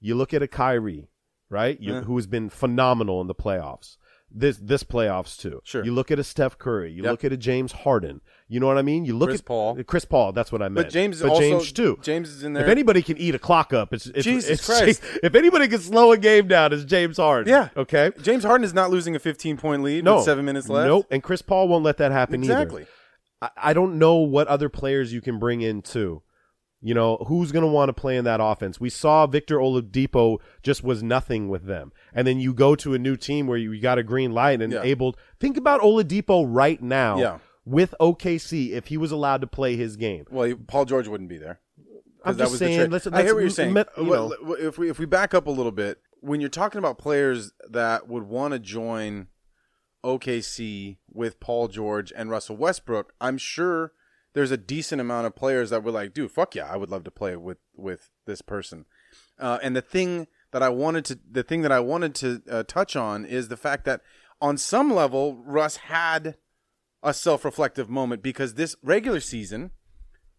[SPEAKER 1] You look at a Kyrie, right? You, Who has been phenomenal in the playoffs. This this playoffs too.
[SPEAKER 3] Sure.
[SPEAKER 1] You look at a Steph Curry. You
[SPEAKER 3] Yep.
[SPEAKER 1] look at a James Harden. You know what I mean? You look
[SPEAKER 3] Chris
[SPEAKER 1] at
[SPEAKER 3] Paul.
[SPEAKER 1] Chris Paul. That's what I meant.
[SPEAKER 3] But James is
[SPEAKER 1] but
[SPEAKER 3] also
[SPEAKER 1] James too.
[SPEAKER 3] James is in there.
[SPEAKER 1] If anybody can eat a clock up, it's, it's
[SPEAKER 3] Jesus
[SPEAKER 1] it's-
[SPEAKER 3] Christ.
[SPEAKER 1] If anybody can slow a game down, it's James Harden.
[SPEAKER 3] Yeah.
[SPEAKER 1] Okay.
[SPEAKER 3] James Harden is not losing a 15 point lead
[SPEAKER 1] No.
[SPEAKER 3] with seven minutes left.
[SPEAKER 1] Nope. And Chris Paul won't let that happen either.
[SPEAKER 3] Exactly.
[SPEAKER 1] I, I don't know what other players you can bring in too. You know, who's going to want to play in that offense? We saw Victor Oladipo just was nothing with them. And then you go to a new team where you, you got a green light and
[SPEAKER 3] Yeah.
[SPEAKER 1] able think about Oladipo right now
[SPEAKER 3] Yeah.
[SPEAKER 1] with OKC if he was allowed to play his game.
[SPEAKER 3] Well, you- Paul George wouldn't be there. 'Cause
[SPEAKER 1] I'm
[SPEAKER 3] that
[SPEAKER 1] just
[SPEAKER 3] was
[SPEAKER 1] saying,
[SPEAKER 3] The trick.
[SPEAKER 1] let's-
[SPEAKER 3] I
[SPEAKER 1] let's-
[SPEAKER 3] hear what you're saying.
[SPEAKER 1] met- you
[SPEAKER 3] Well,
[SPEAKER 1] know.
[SPEAKER 3] well, If we if we back up a little bit, when you're talking about players that would want to join OKC with Paul George and Russell Westbrook, I'm sure there's a decent amount of players that were like, dude, fuck yeah, I would love to play with with this person. Uh, and the thing that I wanted to the thing that I wanted to uh, touch on is the fact that on some level, Russ had a self reflective moment because this regular season,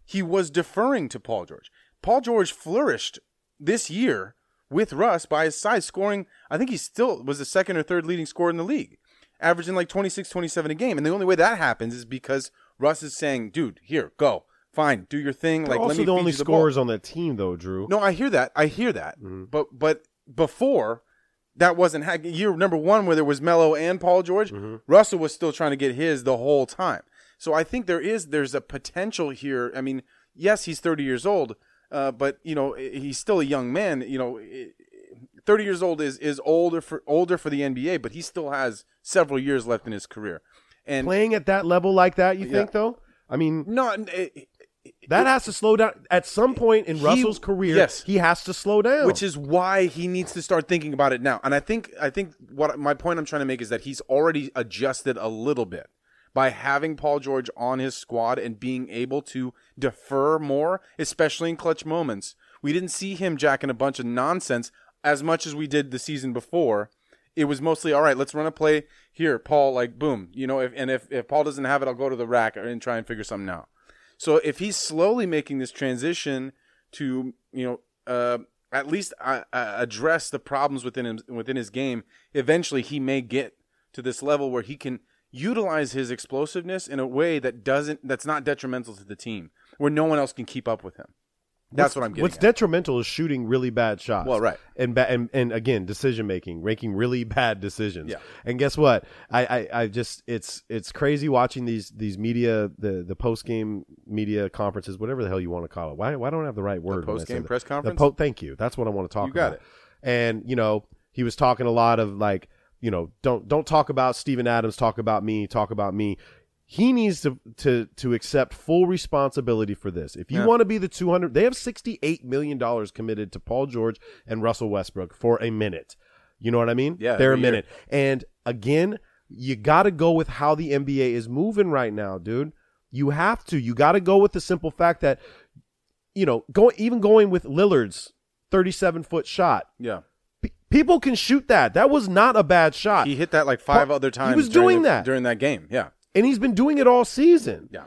[SPEAKER 3] he was deferring to Paul George. Paul George flourished this year with Russ by his size, scoring, I think he still was the second or third leading scorer in the league, averaging like 26, 27 a game. And the only way that happens is because Russ is saying, dude, here, go. Fine, do your thing.
[SPEAKER 1] They're
[SPEAKER 3] like, let
[SPEAKER 1] also
[SPEAKER 3] me
[SPEAKER 1] the
[SPEAKER 3] feed
[SPEAKER 1] only
[SPEAKER 3] you the ball.
[SPEAKER 1] scorers on that team, though, Drew.
[SPEAKER 3] No, I hear that. I hear that. But but before that wasn't ha- year number one where there was Melo and Paul George. Russell was still trying to get his the whole time. So I think there is there's a potential here. I mean, yes, he's 30 years old, uh, but you know i- he's still a young man. You know, i- 30 years old is is older for older for the NBA, but he still has several years left in his career. And
[SPEAKER 1] Playing at that level like that, you
[SPEAKER 3] Yeah.
[SPEAKER 1] think, though? I mean,
[SPEAKER 3] no,
[SPEAKER 1] that has to slow down. At some point in Russell's career,
[SPEAKER 3] yes.
[SPEAKER 1] he has to slow down.
[SPEAKER 3] which is why he needs to start thinking about it now. And I think I think what my point I'm trying to make is that he's already adjusted a little bit by having Paul George on his squad and being able to defer more, especially in clutch moments. We didn't see him jacking a bunch of nonsense as much as we did the season before. It was mostly all right. Let's run a play here, Paul. Like boom, you know. If, and if if Paul doesn't have it, I'll go to the rack and try and figure something out. So if he's slowly making this transition to you know uh, at least uh, uh, address the problems within him within his game, eventually he may get to this level where he can utilize his explosiveness in a way that doesn't that's not detrimental to the team, where no one else can keep up with him. That's what I'm getting.
[SPEAKER 1] What's
[SPEAKER 3] at.
[SPEAKER 1] detrimental is shooting really bad shots.
[SPEAKER 3] Well, right.
[SPEAKER 1] And ba- and, and again, decision making, making really bad decisions.
[SPEAKER 3] Yeah.
[SPEAKER 1] And guess what? I, I, I just it's it's crazy watching these these media the the post game media conferences, whatever the hell you want to call it. Why why don't I have the right word? when I say
[SPEAKER 3] post-game
[SPEAKER 1] that?
[SPEAKER 3] press
[SPEAKER 1] The
[SPEAKER 3] conference?
[SPEAKER 1] po- Oh, thank you. That's what I want to talk
[SPEAKER 3] You got
[SPEAKER 1] about.
[SPEAKER 3] it.
[SPEAKER 1] And you know, he was talking a lot of like, you know, don't don't talk about Steven Adams, talk about me, talk about me. He needs to to to accept full responsibility for this. If you
[SPEAKER 3] Yeah.
[SPEAKER 1] want to be the 200, they have 68 million dollars committed to Paul George and Russell Westbrook for a minute. You know what I mean?
[SPEAKER 3] Yeah,
[SPEAKER 1] they're a
[SPEAKER 3] every year.
[SPEAKER 1] minute. And again, you got to go with how the NBA is moving right now, dude. You have to. You got to go with the simple fact that you know, going even going with Lillard's 37 foot shot.
[SPEAKER 3] yeah,
[SPEAKER 1] P- people can shoot that. That was not a bad shot.
[SPEAKER 3] he hit that like five
[SPEAKER 1] Paul-
[SPEAKER 3] other
[SPEAKER 1] he
[SPEAKER 3] times.
[SPEAKER 1] was
[SPEAKER 3] during
[SPEAKER 1] doing
[SPEAKER 3] the-
[SPEAKER 1] that.
[SPEAKER 3] during that game. Yeah,
[SPEAKER 1] and he's been doing it all season.
[SPEAKER 3] yeah.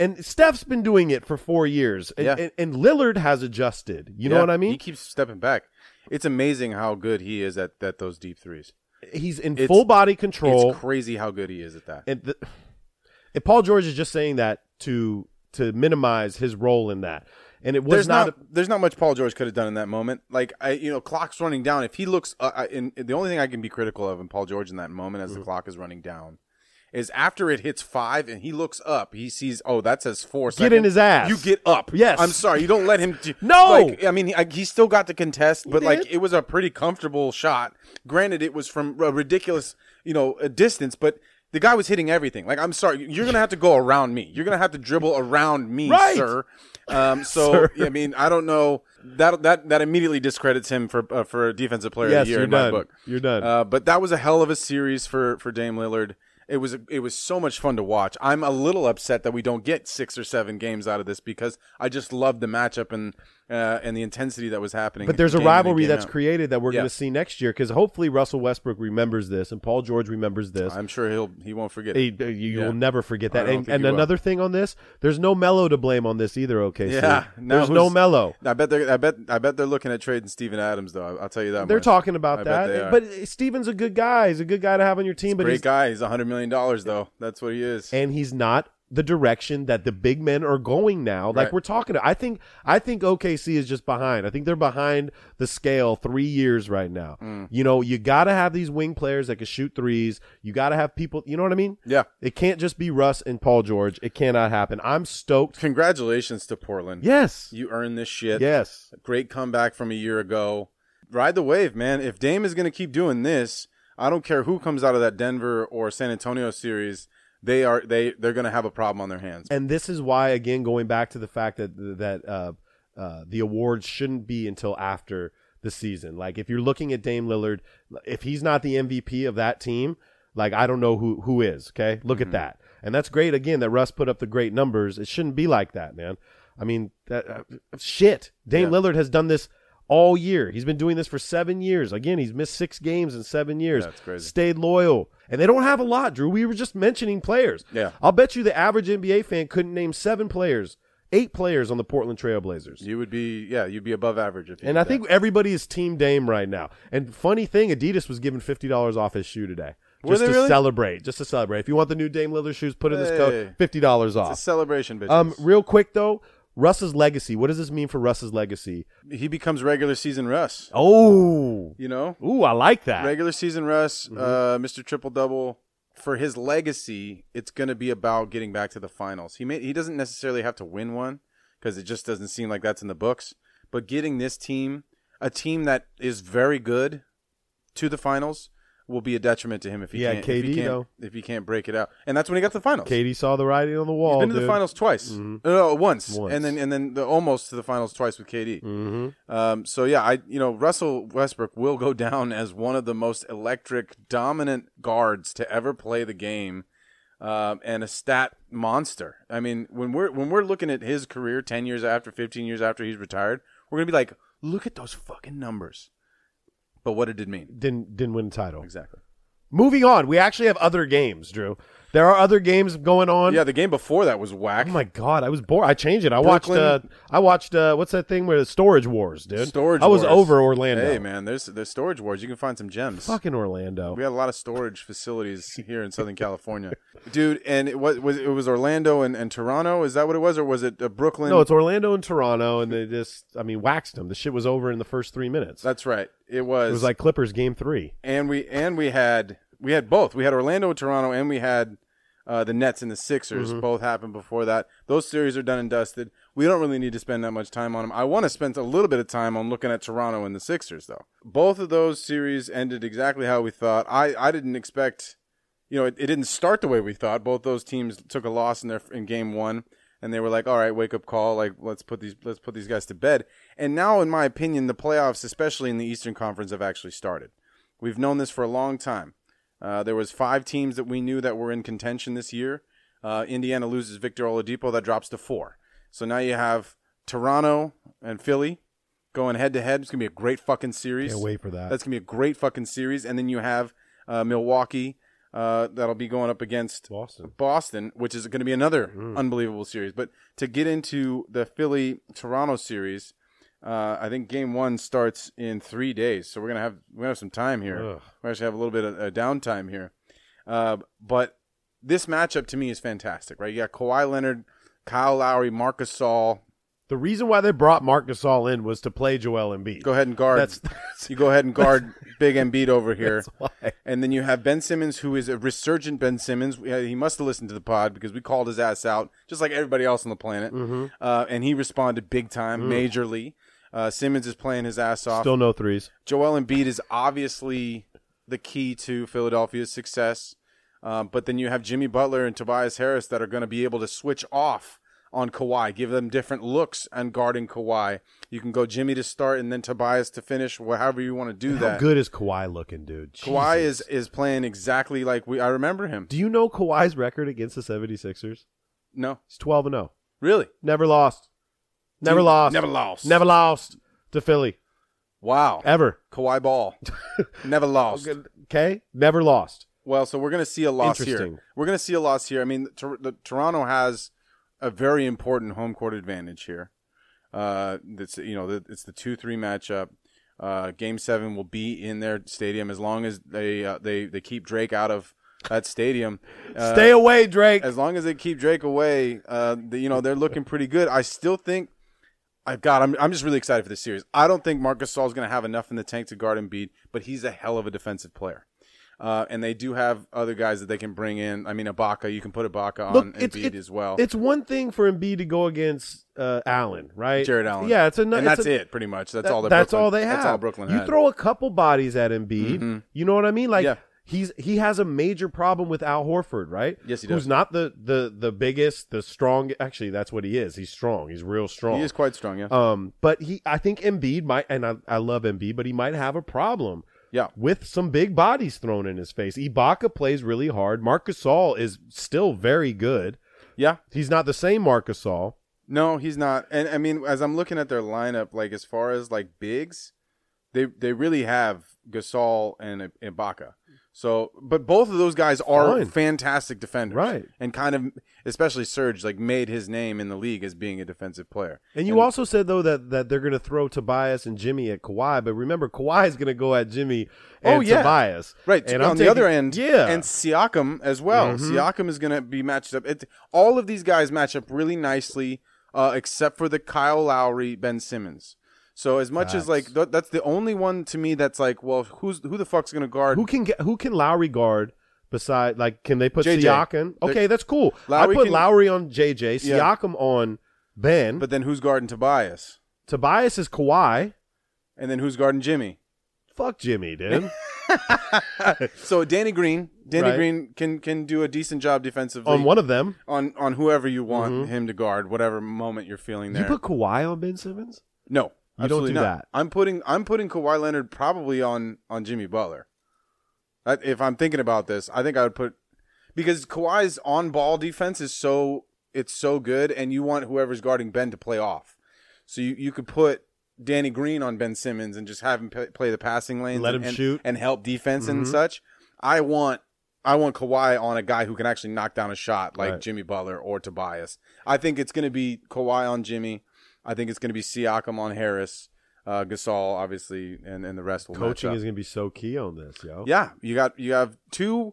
[SPEAKER 1] And Steph's been doing it for 4 years. And,
[SPEAKER 3] Yeah.
[SPEAKER 1] and, and Lillard has adjusted. You know
[SPEAKER 3] Yeah,
[SPEAKER 1] what I
[SPEAKER 3] He
[SPEAKER 1] mean?
[SPEAKER 3] keeps stepping back. It's amazing how good he is at, at those deep threes.
[SPEAKER 1] he's in
[SPEAKER 3] It's-
[SPEAKER 1] full body control.
[SPEAKER 3] It's crazy how good he is at that.
[SPEAKER 1] and, the, and Paul George is just saying that to to minimize his role in that. And it was
[SPEAKER 3] there's not,
[SPEAKER 1] not
[SPEAKER 3] there's not much Paul George could have done in that moment. Like I, you know, clock's running down. If he looks, uh, I, and the only thing I can be critical of in Paul George in that moment
[SPEAKER 1] Mm-hmm.
[SPEAKER 3] as the clock is running down is after it hits five and he looks up, he sees, oh, that says four.
[SPEAKER 1] Get in
[SPEAKER 3] seconds.
[SPEAKER 1] his ass.
[SPEAKER 3] You get up.
[SPEAKER 1] Yes.
[SPEAKER 3] I'm sorry. You don't let him. Do,
[SPEAKER 1] No!
[SPEAKER 3] Like, I mean, he, I, he still got to contest, but like
[SPEAKER 1] did.
[SPEAKER 3] it was a pretty comfortable shot. Granted, it was from a ridiculous, you know, a distance, but. The guy was hitting everything. Like, I'm sorry, you're gonna have to go around me. You're gonna have to dribble around me,
[SPEAKER 1] Right.
[SPEAKER 3] sir. Um, so I mean, I don't know that that that immediately discredits him for uh, for a defensive player
[SPEAKER 1] Yes,
[SPEAKER 3] of the year
[SPEAKER 1] you're
[SPEAKER 3] in
[SPEAKER 1] done.
[SPEAKER 3] my book.
[SPEAKER 1] You're done.
[SPEAKER 3] Uh, but that was a hell of a series for for Dame Lillard. It was it was so much fun to watch. I'm a little upset that we don't get six or seven games out of this because I just loved the matchup and uh, and the intensity that was happening.
[SPEAKER 1] But there's a
[SPEAKER 3] game in and
[SPEAKER 1] rivalry
[SPEAKER 3] game
[SPEAKER 1] that's
[SPEAKER 3] out.
[SPEAKER 1] created that we're
[SPEAKER 3] Yeah.
[SPEAKER 1] going to see next year because hopefully Russell Westbrook remembers this and Paul George remembers this.
[SPEAKER 3] I'm sure he'll he won't forget.
[SPEAKER 1] They- they- you
[SPEAKER 3] Yeah.
[SPEAKER 1] will never forget that.
[SPEAKER 3] I don't
[SPEAKER 1] And,
[SPEAKER 3] think
[SPEAKER 1] and
[SPEAKER 3] you will.
[SPEAKER 1] another thing on this, there's no Mello to blame on this either. Okay,
[SPEAKER 3] Yeah, now
[SPEAKER 1] there's no
[SPEAKER 3] who's-
[SPEAKER 1] Mello.
[SPEAKER 3] I bet they're I bet I bet they're looking at trading Steven Adams though. I'll- I'll tell you that.
[SPEAKER 1] They're
[SPEAKER 3] much.
[SPEAKER 1] talking about
[SPEAKER 3] I bet they
[SPEAKER 1] that.
[SPEAKER 3] are.
[SPEAKER 1] But uh, Steven's a good guy. He's a good guy to have on your team. But
[SPEAKER 3] Great
[SPEAKER 1] he's,
[SPEAKER 3] guy. He's 100 million dollars though. That's what he is.
[SPEAKER 1] and he's not the direction that the big men are going now. Like
[SPEAKER 3] Right.
[SPEAKER 1] we're talking. I think I think OKC is just behind. I think they're behind the scale three years right now.
[SPEAKER 3] Mm.
[SPEAKER 1] You know, you got to have these wing players that can shoot threes. You got to have people. You know what I mean?
[SPEAKER 3] yeah.
[SPEAKER 1] It can't just be Russ and Paul George. It cannot happen. I'm stoked.
[SPEAKER 3] Congratulations to Portland.
[SPEAKER 1] Yes.
[SPEAKER 3] You earned this shit.
[SPEAKER 1] Yes.
[SPEAKER 3] Great comeback from a year ago. Ride the wave, man. If Dame is going to keep doing this, I don't care who comes out of that Denver or San Antonio series. They are they they're going to have a problem on their hands.
[SPEAKER 1] And this is why, again, going back to the fact that that uh, uh, the awards shouldn't be until after the season. Like, if you're looking at Dame Lillard, if he's not the MVP of that team, like I don't know who who is. Okay, look
[SPEAKER 3] Mm-hmm.
[SPEAKER 1] at that, and that's great. Again, that Russ put up the great numbers. It shouldn't be like that, man. I mean, that uh, shit. Dame Lillard has done this all year. He's been doing this for seven years. Again, he's missed six games in seven years.
[SPEAKER 3] That's crazy.
[SPEAKER 1] Stayed loyal. And they don't have a lot, Drew. We were just mentioning players.
[SPEAKER 3] Yeah.
[SPEAKER 1] I'll bet you the average NBA fan couldn't name seven players, eight players on the Portland Trailblazers.
[SPEAKER 3] You would be, yeah, you'd be above average if you.
[SPEAKER 1] And
[SPEAKER 3] did
[SPEAKER 1] I
[SPEAKER 3] that.
[SPEAKER 1] think everybody is Team Dame right now. And funny thing, Adidas was giving fifty dollars off his shoe today.
[SPEAKER 3] Were
[SPEAKER 1] Just
[SPEAKER 3] they
[SPEAKER 1] to
[SPEAKER 3] really?
[SPEAKER 1] celebrate. Just to celebrate. If you want the new Dame Lillard shoes, put in this
[SPEAKER 3] Hey.
[SPEAKER 1] code fifty dollars
[SPEAKER 3] it's a
[SPEAKER 1] off.
[SPEAKER 3] celebration, bitches.
[SPEAKER 1] Um, real quick though, Russ's legacy. What does this mean for Russ's legacy?
[SPEAKER 3] he becomes regular season Russ.
[SPEAKER 1] Oh,
[SPEAKER 3] You know,
[SPEAKER 1] ooh, I like that.
[SPEAKER 3] regular season Russ,
[SPEAKER 1] Mm-hmm.
[SPEAKER 3] uh, Mr. Triple Double. For his legacy, it's going to be about getting back to the finals. He may, he doesn't necessarily have to win one because it just doesn't seem like that's in the books. But getting this team, a team that is very good, to the finals will be a detriment to him if he
[SPEAKER 1] Yeah,
[SPEAKER 3] can't, if he
[SPEAKER 1] KD
[SPEAKER 3] can't,
[SPEAKER 1] though.
[SPEAKER 3] if he can't break it out. And that's when he got to the finals.
[SPEAKER 1] Katie saw the writing on the
[SPEAKER 3] He's
[SPEAKER 1] wall.
[SPEAKER 3] been to the
[SPEAKER 1] dude. Mm-hmm.
[SPEAKER 3] finals twice. No, once.
[SPEAKER 1] Once.
[SPEAKER 3] and then and then the, almost to the finals twice with KD. Mm-hmm. Um, so yeah, I you know Russell Westbrook will go down as one of the most electric, dominant guards to ever play the game, um, and a stat monster. I mean, when we're when we're looking at his career, ten years after, fifteen years after he's retired, we're gonna be like, look at those fucking numbers. But what it did mean
[SPEAKER 1] Didn't didn't win the title.
[SPEAKER 3] exactly?
[SPEAKER 1] Moving on, we actually have other games, Drew. There are other games going on.
[SPEAKER 3] Yeah, the game before that was whack.
[SPEAKER 1] Oh my god, I was bored. I changed it. I watched. Uh,
[SPEAKER 3] Brooklyn-
[SPEAKER 1] I watched. Uh, what's that thing where the Storage Wars, dude?
[SPEAKER 3] Storage.
[SPEAKER 1] I was
[SPEAKER 3] wars.
[SPEAKER 1] over Orlando.
[SPEAKER 3] Hey man, there's there's storage wars. You can find some gems.
[SPEAKER 1] Fucking Orlando.
[SPEAKER 3] We had a lot of storage facilities here in Southern California, dude. And it was, was it was Orlando and, and Toronto. Is that what it was, or was it uh, Brooklyn?
[SPEAKER 1] No, it's Orlando and Toronto, and they just, I mean, waxed them. The shit was over in the first three minutes.
[SPEAKER 3] that's right. It was.
[SPEAKER 1] it was like Clippers game three.
[SPEAKER 3] and we and we had we had both. We had Orlando and Toronto, and we had uh, the Nets and the Sixers.
[SPEAKER 1] Mm-hmm.
[SPEAKER 3] Both happened before that. Those series are done and dusted. We don't really need to spend that much time on them. I want to spend a little bit of time on looking at Toronto and the Sixers, though. Both of those series ended exactly how we thought. I I didn't expect. you know, it, it didn't start the way we thought. Both those teams took a loss in their in game one, and they were like, "All right, wake up call. Like, let's put these let's put these guys to bed." And now, in my opinion, the playoffs, especially in the Eastern Conference, have actually started. We've known this for a long time. Uh, there was five teams that we knew that were in contention this year. Uh, Indiana loses Victor Oladipo, that drops to four. So now you have Toronto and Philly going head to head. It's gonna be a great fucking series.
[SPEAKER 1] Can't wait for that.
[SPEAKER 3] That's gonna be a great fucking series. And then you have uh, Milwaukee uh, that'll be going up against
[SPEAKER 1] Boston.
[SPEAKER 3] Boston, which is going to be another unbelievable series. But to get into the Philly Toronto series, uh, I think Game One starts in three days, so we're gonna have we're gonna have some time here.
[SPEAKER 1] Ugh.
[SPEAKER 3] We actually have a little bit of uh, downtime here. Uh, but this matchup to me is fantastic, right? You got Kawhi Leonard, Kyle Lowry, Marcus Saul.
[SPEAKER 1] The reason why they brought Mark Gasol in was to play Joel Embiid.
[SPEAKER 3] Go ahead and guard.
[SPEAKER 1] That's- that's-
[SPEAKER 3] you go ahead and guard Big Embiid over here.
[SPEAKER 1] why.
[SPEAKER 3] And then you have Ben Simmons, who is a resurgent Ben Simmons. We- He must have listened to the pod because we called his ass out, just like everybody else on the planet. Uh, and he responded big time, majorly. Uh, Simmons is playing his ass off.
[SPEAKER 1] Still no threes.
[SPEAKER 3] Joel Embiid is obviously the key to Philadelphia's success. Um, but then you have Jimmy Butler and Tobias Harris that are going to be able to switch off on Kawhi, give them different looks on guarding Kawhi. You can go Jimmy to start and then Tobias to finish, however you want to do
[SPEAKER 1] How
[SPEAKER 3] that.
[SPEAKER 1] good is Kawhi looking, dude?
[SPEAKER 3] Kawhi
[SPEAKER 1] Jesus.
[SPEAKER 3] is is playing exactly like we I remember him.
[SPEAKER 1] Do you know Kawhi's record against the 76ers?
[SPEAKER 3] No,
[SPEAKER 1] He's 12 and oh. 0.
[SPEAKER 3] really,
[SPEAKER 1] Never lost. Never
[SPEAKER 3] Dude,
[SPEAKER 1] lost.
[SPEAKER 3] never lost.
[SPEAKER 1] Never lost to Philly.
[SPEAKER 3] Wow,
[SPEAKER 1] Ever.
[SPEAKER 3] Kawhi Ball never lost.
[SPEAKER 1] Okay? Never lost.
[SPEAKER 3] Well, so we're going to see a loss here.
[SPEAKER 1] Interesting.
[SPEAKER 3] We're going to see a loss here. I mean, Tor- the, Toronto has a very important home court advantage here. Uh, that's you know, the, it's the two-three matchup. Uh, game seven will be in their stadium as long as they uh, they they keep Drake out of that stadium. Uh,
[SPEAKER 1] Stay away, Drake.
[SPEAKER 3] as long as they keep Drake away, uh, the, you know they're looking pretty good. I still think, I God, I'm I'm just really excited for this series. I don't think Marcus Saul is going to have enough in the tank to guard Embiid, but he's a hell of a defensive player. Uh, and they do have other guys that they can bring in. I mean, Ibaka, you can put Ibaka on Embiid
[SPEAKER 1] it-
[SPEAKER 3] as well.
[SPEAKER 1] It's one thing for Embiid to go against uh, Allen, right?
[SPEAKER 3] Jared Allen,
[SPEAKER 1] Yeah, it's a no-
[SPEAKER 3] and
[SPEAKER 1] it's
[SPEAKER 3] that's
[SPEAKER 1] a-
[SPEAKER 3] it, pretty much. That's
[SPEAKER 1] that-
[SPEAKER 3] all. that
[SPEAKER 1] that's
[SPEAKER 3] Brooklyn-
[SPEAKER 1] all they have.
[SPEAKER 3] That's all Brooklyn.
[SPEAKER 1] You
[SPEAKER 3] had. Mm-hmm.
[SPEAKER 1] throw a couple bodies at Embiid. You know what I mean? Like
[SPEAKER 3] Yeah.
[SPEAKER 1] he's he has a major problem with Al Horford, right?
[SPEAKER 3] Yes, he
[SPEAKER 1] Who's
[SPEAKER 3] does.
[SPEAKER 1] not the the the biggest, the strong. Actually, that's what he is. He's strong. He's real strong.
[SPEAKER 3] He is quite strong. Yeah,
[SPEAKER 1] Um, but he, I think Embiid might, and I, I love Embiid, but he might have a problem
[SPEAKER 3] yeah.
[SPEAKER 1] with some big bodies thrown in his face. Ibaka plays really hard. Marcus All is still very good.
[SPEAKER 3] Yeah.
[SPEAKER 1] He's not the same Marcus All.
[SPEAKER 3] No, he's not. And I mean, as I'm looking at their lineup, like as far as like bigs, they they really have Gasol and I- Ibaka. So, but both of those guys are
[SPEAKER 1] Fine.
[SPEAKER 3] fantastic defenders,
[SPEAKER 1] Right.
[SPEAKER 3] And kind of, especially Serge, like made his name in the league as being a defensive player.
[SPEAKER 1] And you also said though that, that they're going to throw Tobias and Jimmy at Kawhi, but remember Kawhi is going to go at Jimmy and
[SPEAKER 3] Oh, yeah.
[SPEAKER 1] Tobias,
[SPEAKER 3] Right.
[SPEAKER 1] And
[SPEAKER 3] on
[SPEAKER 1] I'm
[SPEAKER 3] the other
[SPEAKER 1] taking-
[SPEAKER 3] end,
[SPEAKER 1] yeah, Mm-hmm.
[SPEAKER 3] And Siakam as well. Siakam is going to be matched up. It, all of these guys match up really nicely, uh, except for the Kyle Lowry, Ben Simmons. So as much as like th- that's the only one to me that's like, well, who's who the fuck's going to guard?
[SPEAKER 1] who can get, who can Lowry guard? Beside, like, can they put
[SPEAKER 3] JJ.
[SPEAKER 1] Siakam? Okay, that's cool. I
[SPEAKER 3] Lowry
[SPEAKER 1] put
[SPEAKER 3] can-
[SPEAKER 1] Lowry on JJ,
[SPEAKER 3] Yeah.
[SPEAKER 1] Siakam on Ben,
[SPEAKER 3] but
[SPEAKER 1] but
[SPEAKER 3] then who's guarding Tobias?
[SPEAKER 1] Tobias is Kawhi.
[SPEAKER 3] And then who's guarding Jimmy?
[SPEAKER 1] Fuck Jimmy, dude.
[SPEAKER 3] So Danny Green, Danny
[SPEAKER 1] Right.
[SPEAKER 3] Green can can do a decent job defensively
[SPEAKER 1] on one of them,
[SPEAKER 3] on on whoever you want him to guard, whatever moment you're feeling there.
[SPEAKER 1] you put Kawhi on Ben Simmons.
[SPEAKER 3] no,
[SPEAKER 1] don't
[SPEAKER 3] absolutely
[SPEAKER 1] do
[SPEAKER 3] not.
[SPEAKER 1] that.
[SPEAKER 3] I'm putting I'm putting Kawhi Leonard probably on on Jimmy Butler. I, if I'm thinking about this, I think I would put because Kawhi's on ball defense is so it's so good, and you want whoever's guarding Ben to play off. So you, you could put Danny Green on Ben Simmons and just have him play, play the passing lanes,
[SPEAKER 1] Let
[SPEAKER 3] and,
[SPEAKER 1] him
[SPEAKER 3] and-
[SPEAKER 1] shoot. Mm-hmm.
[SPEAKER 3] and help defense and such. I want I want Kawhi on a guy who can actually knock down a shot like
[SPEAKER 1] Right.
[SPEAKER 3] Jimmy Butler or Tobias. I think it's going to be Kawhi on Jimmy. I think it's going to be Siakam on Harris, uh, Gasol obviously, and and the rest will match
[SPEAKER 1] Coaching
[SPEAKER 3] up.
[SPEAKER 1] is going to be so key on this, yo.
[SPEAKER 3] Oh Yeah, you got you have two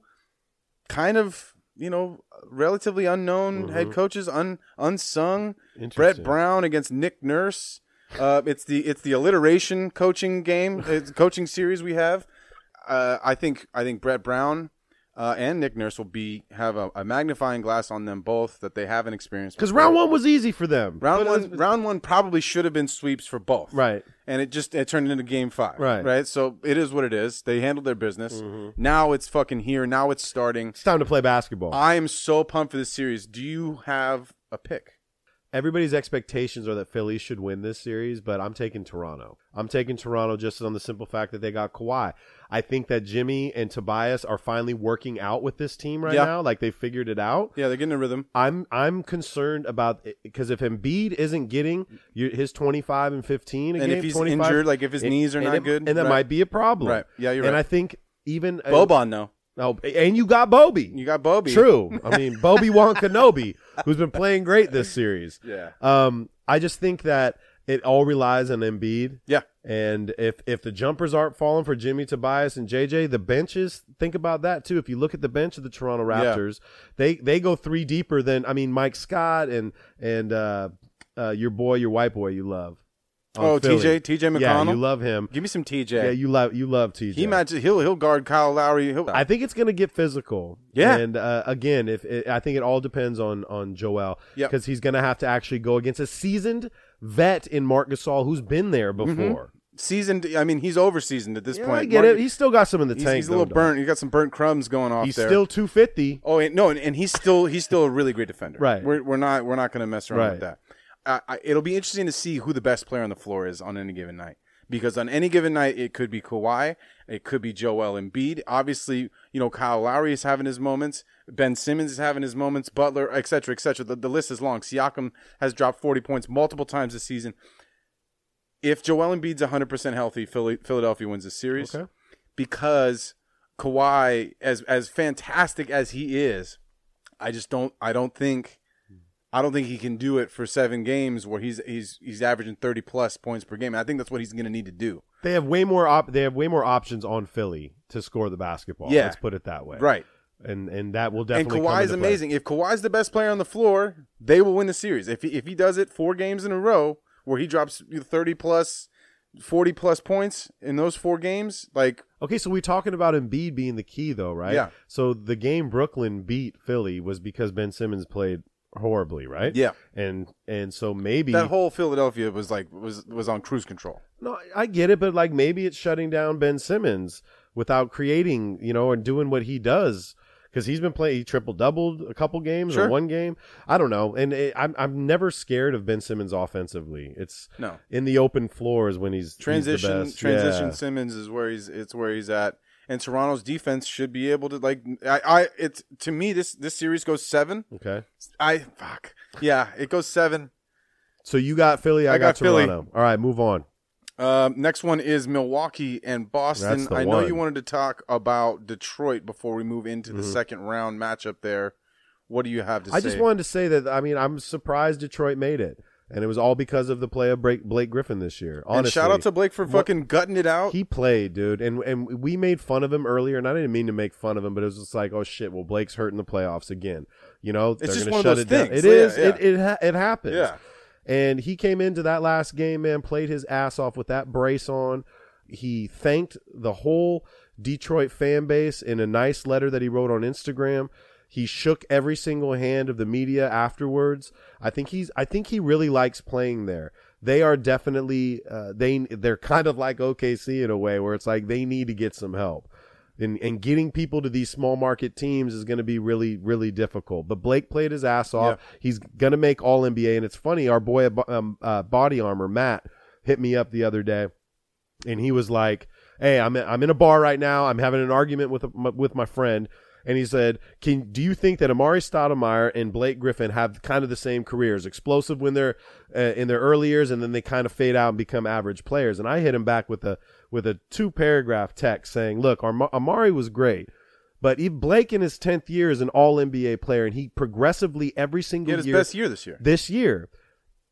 [SPEAKER 3] kind of you know relatively unknown head coaches, un unsung. Brett
[SPEAKER 1] Mm-hmm. Interesting.
[SPEAKER 3] Brown against Nick Nurse. Uh, it's the it's the alliteration coaching game, uh, it's coaching series we have. Uh, I think I think Brett Brown uh, and Nick Nurse will be have a, a magnifying glass on them both that they haven't experienced
[SPEAKER 1] because
[SPEAKER 3] before.
[SPEAKER 1] round one was easy for them.
[SPEAKER 3] Round
[SPEAKER 1] But it
[SPEAKER 3] one,
[SPEAKER 1] was-
[SPEAKER 3] round one probably should have been sweeps for both.
[SPEAKER 1] Right.
[SPEAKER 3] And it just it turned into game five.
[SPEAKER 1] Right. Mm-hmm.
[SPEAKER 3] Right. So it is what it is. They handled their business. Now it's fucking here. Now it's starting.
[SPEAKER 1] it's time to play basketball.
[SPEAKER 3] I am so pumped for this series. Do you have a pick?
[SPEAKER 1] everybody's expectations are that Philly should win this series, but I'm taking Toronto. I'm taking Toronto just on the simple fact that they got Kawhi. I think that Jimmy and Tobias are finally working out with this team right
[SPEAKER 3] Yeah.
[SPEAKER 1] now, like they figured it out.
[SPEAKER 3] Yeah, they're getting a rhythm.
[SPEAKER 1] I'm I'm concerned about because if Embiid isn't getting your, his 25 and 15, a
[SPEAKER 3] And
[SPEAKER 1] game,
[SPEAKER 3] if he's
[SPEAKER 1] 25
[SPEAKER 3] injured, like if his knees are
[SPEAKER 1] and
[SPEAKER 3] not
[SPEAKER 1] it-
[SPEAKER 3] good,
[SPEAKER 1] and that
[SPEAKER 3] right.
[SPEAKER 1] might be a problem.
[SPEAKER 3] Right. Yeah, you're
[SPEAKER 1] and
[SPEAKER 3] right.
[SPEAKER 1] I think even
[SPEAKER 3] Boban though.
[SPEAKER 1] oh, and you got Bobby.
[SPEAKER 3] You got Bobby.
[SPEAKER 1] True. I mean, Bobby Wan Kenobi, who's been playing great this series.
[SPEAKER 3] Yeah.
[SPEAKER 1] Um, I just think that it all relies on Embiid.
[SPEAKER 3] Yeah.
[SPEAKER 1] And if if the jumpers aren't falling for Jimmy Tobias and JJ, the benches, think about that too. If you look at the bench of the Toronto
[SPEAKER 3] Yeah.
[SPEAKER 1] Raptors, they they go three deeper than I mean Mike Scott and and uh, uh, your boy, your white boy you love. on
[SPEAKER 3] Oh,
[SPEAKER 1] Philly.
[SPEAKER 3] TJ TJ
[SPEAKER 1] Yeah,
[SPEAKER 3] McConnell.
[SPEAKER 1] you love him.
[SPEAKER 3] Give me some TJ.
[SPEAKER 1] Yeah, you love you love TJ.
[SPEAKER 3] he matches. He'll he'll guard Kyle Lowry. He'll,
[SPEAKER 1] I think it's going to get physical.
[SPEAKER 3] Yeah.
[SPEAKER 1] and uh, again, if it, I think it all depends on on Joel
[SPEAKER 3] Yep.
[SPEAKER 1] because he's going to have to actually go against a seasoned vet in Mark Gasol who's been there
[SPEAKER 3] Mm-hmm.
[SPEAKER 1] before.
[SPEAKER 3] seasoned. I mean, he's overseasoned at this
[SPEAKER 1] Yeah,
[SPEAKER 3] point.
[SPEAKER 1] I get
[SPEAKER 3] Mark-
[SPEAKER 1] it. He's still got some in the
[SPEAKER 3] He's,
[SPEAKER 1] tank.
[SPEAKER 3] he's a
[SPEAKER 1] though,
[SPEAKER 3] little
[SPEAKER 1] dog.
[SPEAKER 3] burnt. He got some burnt crumbs going off
[SPEAKER 1] He's
[SPEAKER 3] there.
[SPEAKER 1] still two fifty.
[SPEAKER 3] Oh and, no, and, and he's still he's still a really great defender.
[SPEAKER 1] Right.
[SPEAKER 3] We're, we're not we're not going to mess around with
[SPEAKER 1] Right.
[SPEAKER 3] that. Uh, I, it'll be interesting to see who the best player on the floor is on any given night. Because on any given night, it could be Kawhi, it could be Joel Embiid. Obviously, you know Kyle Lowry is having his moments. Ben Simmons is having his moments. Butler, et cetera, et cetera. The, the list is long. Siakam has dropped forty points multiple times this season. If Joel Embiid's one hundred percent healthy, Philly, Philadelphia wins the series
[SPEAKER 1] Okay.
[SPEAKER 3] because Kawhi, as as fantastic as he is, I just don't I don't think I don't think he can do it for seven games where he's he's he's averaging thirty plus points per game. And I think that's what he's going to need to do.
[SPEAKER 1] They have way more op- They have way more options on Philly to score the basketball.
[SPEAKER 3] Yeah.
[SPEAKER 1] let's put it that way.
[SPEAKER 3] Right.
[SPEAKER 1] and and that will
[SPEAKER 3] And
[SPEAKER 1] definitely. come
[SPEAKER 3] Kawhi is
[SPEAKER 1] into play.
[SPEAKER 3] amazing. If Kawhi's the best player on the floor, they will win the series. If he, if he does it four games in a row where he drops thirty plus, forty plus points in those four games, like
[SPEAKER 1] Okay, so we're talking about Embiid being the key, though, right?
[SPEAKER 3] Yeah.
[SPEAKER 1] So the game Brooklyn beat Philly was because Ben Simmons played horribly, right?
[SPEAKER 3] Yeah.
[SPEAKER 1] And and so maybe
[SPEAKER 3] that whole Philadelphia was like was was on cruise control.
[SPEAKER 1] no, I get it, but like maybe it's shutting down Ben Simmons without creating, you know, and doing what he does because he's been playing he triple doubled a couple games or
[SPEAKER 3] Sure.
[SPEAKER 1] one game. I don't know, and it, I'm I'm never scared of Ben Simmons offensively. It's
[SPEAKER 3] No.
[SPEAKER 1] in the open floors when he's he's the
[SPEAKER 3] transition
[SPEAKER 1] best.
[SPEAKER 3] transition
[SPEAKER 1] Yeah.
[SPEAKER 3] Simmons is where he's it's where he's at. And Toronto's defense should be able to like I, I it's to me this this series goes seven.
[SPEAKER 1] Okay.
[SPEAKER 3] I fuck. Yeah, it goes seven.
[SPEAKER 1] So you got Philly, I,
[SPEAKER 3] I got Philly.
[SPEAKER 1] Toronto. All right, move on.
[SPEAKER 3] Um, next one is Milwaukee and Boston.
[SPEAKER 1] That's the
[SPEAKER 3] I know
[SPEAKER 1] one. Mm-hmm.
[SPEAKER 3] you wanted to talk about Detroit before we move into the second round matchup there. What do you have to
[SPEAKER 1] I
[SPEAKER 3] say?
[SPEAKER 1] just wanted to say that I mean I'm surprised Detroit made it, and it was all because of the play of Blake, Blake Griffin this year. Honestly,
[SPEAKER 3] and shout out to Blake for fucking gutting it out.
[SPEAKER 1] he played, dude, and and we made fun of him earlier, and I didn't mean to make fun of him, but it was just like, oh shit, well Blake's hurting the playoffs again. You know, they're
[SPEAKER 3] just
[SPEAKER 1] gonna
[SPEAKER 3] one of
[SPEAKER 1] shut
[SPEAKER 3] those
[SPEAKER 1] it down.
[SPEAKER 3] things.
[SPEAKER 1] It is.
[SPEAKER 3] Yeah,
[SPEAKER 1] It it, ha- it happens.
[SPEAKER 3] Yeah.
[SPEAKER 1] And he came into that last game, man, played his ass off with that brace on. He thanked the whole Detroit fan base in a nice letter that he wrote on Instagram. He shook every single hand of the media afterwards. I think he's I think he really likes playing there. They are definitely uh, they they're kind of like OKC in a way where it's like they need to get some help and and getting people to these small market teams is going to be really really difficult. But Blake played his ass off. He's going to make All NBA, and it's funny. Our boy um, uh, Body Armor Matt hit me up the other day, and he was like, "Hey, I'm I'm in a bar right now. I'm having an argument with a, m- with my friend." And he said, "Can do you think that Amari Stoudemire and Blake Griffin have kind of the same careers? Explosive when they're uh, in their early years, and then they kind of fade out and become average players." And I hit him back with a with a two paragraph text saying, "Look, Am- Amari was great, but he, Blake in his tenth year is an All NBA player, and he progressively every
[SPEAKER 3] He
[SPEAKER 1] single
[SPEAKER 3] had his
[SPEAKER 1] year
[SPEAKER 3] best year this year.
[SPEAKER 1] this year,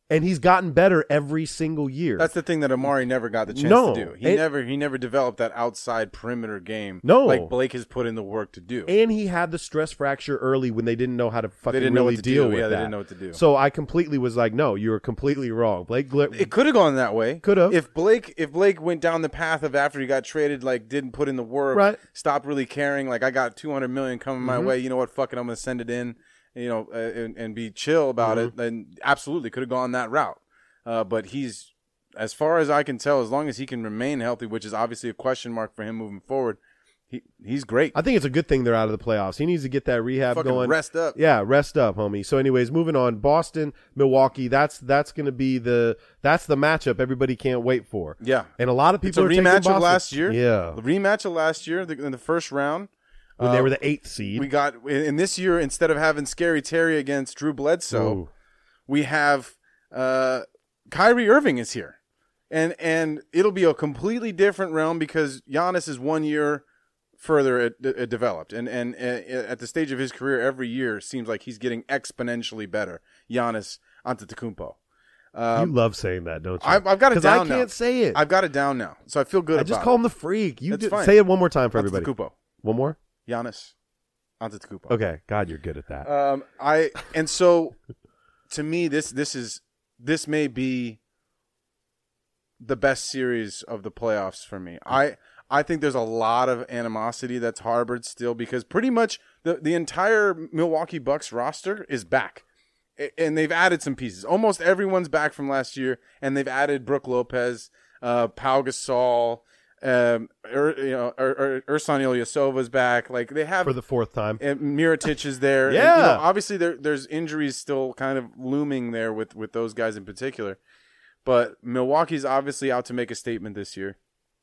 [SPEAKER 1] and he's gotten better every single year.
[SPEAKER 3] That's the thing that Amari never got the chance
[SPEAKER 1] No,
[SPEAKER 3] to do. He
[SPEAKER 1] it-
[SPEAKER 3] never he never developed that outside perimeter game.
[SPEAKER 1] No.
[SPEAKER 3] like Blake has put in the work to do.
[SPEAKER 1] and he had the stress fracture early when they didn't know how to fucking
[SPEAKER 3] didn't know
[SPEAKER 1] really
[SPEAKER 3] what to
[SPEAKER 1] deal
[SPEAKER 3] do.
[SPEAKER 1] with
[SPEAKER 3] Yeah, they
[SPEAKER 1] that.
[SPEAKER 3] didn't know what to do.
[SPEAKER 1] So I completely was like, no, you were completely wrong. Blake Gl-
[SPEAKER 3] it could have gone that way.
[SPEAKER 1] Could've.
[SPEAKER 3] If Blake if Blake went down the path of after he got traded, like didn't put in the work,
[SPEAKER 1] Right. Mm-hmm.
[SPEAKER 3] stopped really caring. Like I got two hundred million coming my way. You know what? Fuck it, I'm gonna send it in. You know, uh, and, and be chill about
[SPEAKER 1] Mm-hmm.
[SPEAKER 3] it. Then absolutely could have gone that route. Uh, but he's as far as I can tell, as long as he can remain healthy, which is obviously a question mark for him moving forward. He he's great.
[SPEAKER 1] I think it's a good thing they're out of the playoffs. He needs to get that rehab
[SPEAKER 3] Fucking
[SPEAKER 1] going.
[SPEAKER 3] rest up.
[SPEAKER 1] Yeah, rest up, homie. So, anyways, moving on. Boston, Milwaukee. That's that's going to be the that's the matchup everybody can't wait for.
[SPEAKER 3] Yeah.
[SPEAKER 1] and a lot of
[SPEAKER 3] It's a
[SPEAKER 1] people are taking
[SPEAKER 3] rematch
[SPEAKER 1] Boston.
[SPEAKER 3] of last year. Uh,
[SPEAKER 1] Yeah,
[SPEAKER 3] the rematch of last year the, in the first round.
[SPEAKER 1] when they were the eighth seed.
[SPEAKER 3] We got in in this year instead of having Scary Terry against Drew Bledsoe,
[SPEAKER 1] Ooh.
[SPEAKER 3] we have uh, Kyrie Irving is here, and and it'll be a completely different realm because Giannis is one year further it, it developed, and and uh, at the stage of his career, every year seems like he's getting exponentially better. Giannis Antetokounmpo.
[SPEAKER 1] you love saying that, don't you?
[SPEAKER 3] I, um, I've got it
[SPEAKER 1] because I
[SPEAKER 3] down
[SPEAKER 1] can't
[SPEAKER 3] now.
[SPEAKER 1] say it.
[SPEAKER 3] I've got it down now, so I feel good
[SPEAKER 1] I
[SPEAKER 3] about
[SPEAKER 1] just
[SPEAKER 3] it.
[SPEAKER 1] call him the freak. You
[SPEAKER 3] That's
[SPEAKER 1] did,
[SPEAKER 3] fine.
[SPEAKER 1] say it one more time for everybody.
[SPEAKER 3] Antetokounmpo.
[SPEAKER 1] One more.
[SPEAKER 3] Giannis Antetokounmpo.
[SPEAKER 1] Okay, God, you're good at that.
[SPEAKER 3] Um, I and so to me, this this is this may be the best series of the playoffs for me. I I think there's a lot of animosity that's harbored still because pretty much the the entire Milwaukee Bucks roster is back. A- And they've added some pieces. Almost everyone's back from last year, and they've added Brooke Lopez, uh, Pau Gasol, um, er, you know, er, er, Ersan Ilyasova's back. Like they have
[SPEAKER 1] for the fourth time.
[SPEAKER 3] and Miritich is there. And, you
[SPEAKER 1] Yeah.
[SPEAKER 3] know, obviously there there's injuries still kind of looming there with with those guys in particular. But Milwaukee's obviously out to make a statement this year.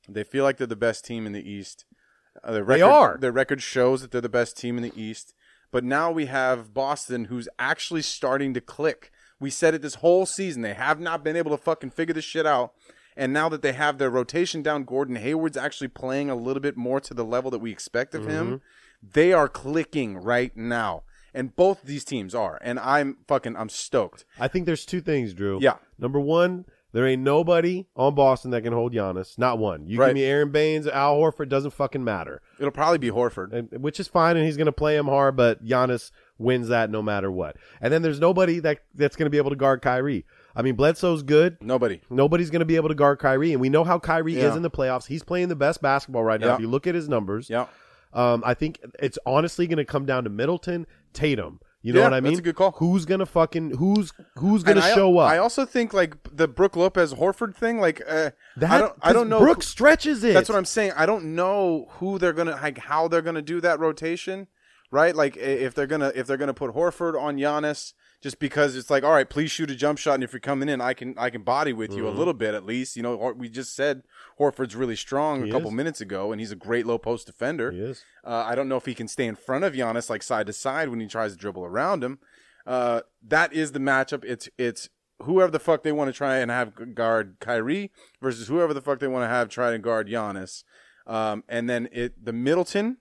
[SPEAKER 3] They feel like they're the best team in the East. Uh, their record,
[SPEAKER 1] are.
[SPEAKER 3] Their record shows that they're the best team in the East. But now we have Boston, who's actually starting to click. We said it this whole season. They have not been able to fucking figure this shit out. And now that they have their rotation down, Gordon Hayward's actually playing a little bit more to the level that we expect of him. They are clicking right now. And both these teams are. And I'm fucking, I'm stoked.
[SPEAKER 1] I think there's two things, Drew.
[SPEAKER 3] Yeah.
[SPEAKER 1] Number one, there ain't nobody on Boston that can hold Giannis. Not one. You
[SPEAKER 3] Right.
[SPEAKER 1] give me Aaron Baines, Al Horford, doesn't fucking matter.
[SPEAKER 3] It'll probably be Horford.
[SPEAKER 1] And, which is fine, and he's going to play him hard, but Giannis wins that no matter what. And then there's nobody that that's going to be able to guard Kyrie. I mean, Bledsoe's good.
[SPEAKER 3] Nobody.
[SPEAKER 1] Nobody's going to be able to guard Kyrie, and we know how Kyrie
[SPEAKER 3] Yeah.
[SPEAKER 1] is in the playoffs. He's playing the best basketball right now.
[SPEAKER 3] Yeah.
[SPEAKER 1] If you look at his numbers,
[SPEAKER 3] Yeah.
[SPEAKER 1] Um, I think it's honestly going to come down to Middleton, Tatum. You know
[SPEAKER 3] Yeah,
[SPEAKER 1] what I
[SPEAKER 3] that's
[SPEAKER 1] mean?
[SPEAKER 3] a good call.
[SPEAKER 1] Who's going to fucking who's who's going to
[SPEAKER 3] And I-
[SPEAKER 1] show up?
[SPEAKER 3] I also think like the Brooke Lopez Horford thing, like uh,
[SPEAKER 1] that,
[SPEAKER 3] I don't, I don't know.
[SPEAKER 1] Brooke stretches it.
[SPEAKER 3] that's what I'm saying. I don't know who they're gonna like, how they're gonna do that rotation, right? Like i- if they're gonna if they're gonna put Horford on Giannis, just because it's like, all right, please shoot a jump shot, and if you're coming in, I can I can body with
[SPEAKER 1] Mm-hmm.
[SPEAKER 3] you a little bit at least. You know, Hor- we just said Horford's really strong
[SPEAKER 1] He
[SPEAKER 3] a couple
[SPEAKER 1] is.
[SPEAKER 3] minutes ago, and he's a great low post defender.
[SPEAKER 1] He is.
[SPEAKER 3] Uh, I don't know if he can stay in front of Giannis like side to side when he tries to dribble around him. Uh, that is the matchup. It's it's whoever the fuck they want to try and have guard Kyrie versus whoever the fuck they want to have try and guard Giannis. Um, and then it the Middleton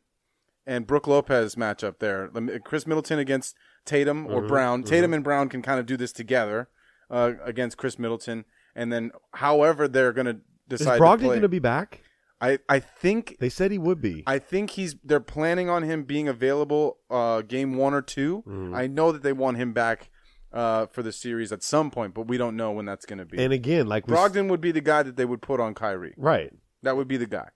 [SPEAKER 3] and Brooke Lopez matchup there. The- Chris Middleton against Tatum
[SPEAKER 1] Mm-hmm,
[SPEAKER 3] or Brown. Tatum and Brown can kind of do this together uh, against Chris Middleton. And then however they're going to
[SPEAKER 1] Is
[SPEAKER 3] decide to
[SPEAKER 1] Brogdon
[SPEAKER 3] play.
[SPEAKER 1] going to be back?
[SPEAKER 3] I, I think
[SPEAKER 1] They said he would be.
[SPEAKER 3] I think he's. They're planning on him being available uh, game one or 2
[SPEAKER 1] Mm-hmm.
[SPEAKER 3] I know that they want him back uh, for the series at some point, but we don't know when that's going to be.
[SPEAKER 1] and again, like we s-
[SPEAKER 3] Brogdon would be the guy that they would put on Kyrie.
[SPEAKER 1] right?
[SPEAKER 3] That would be the guy.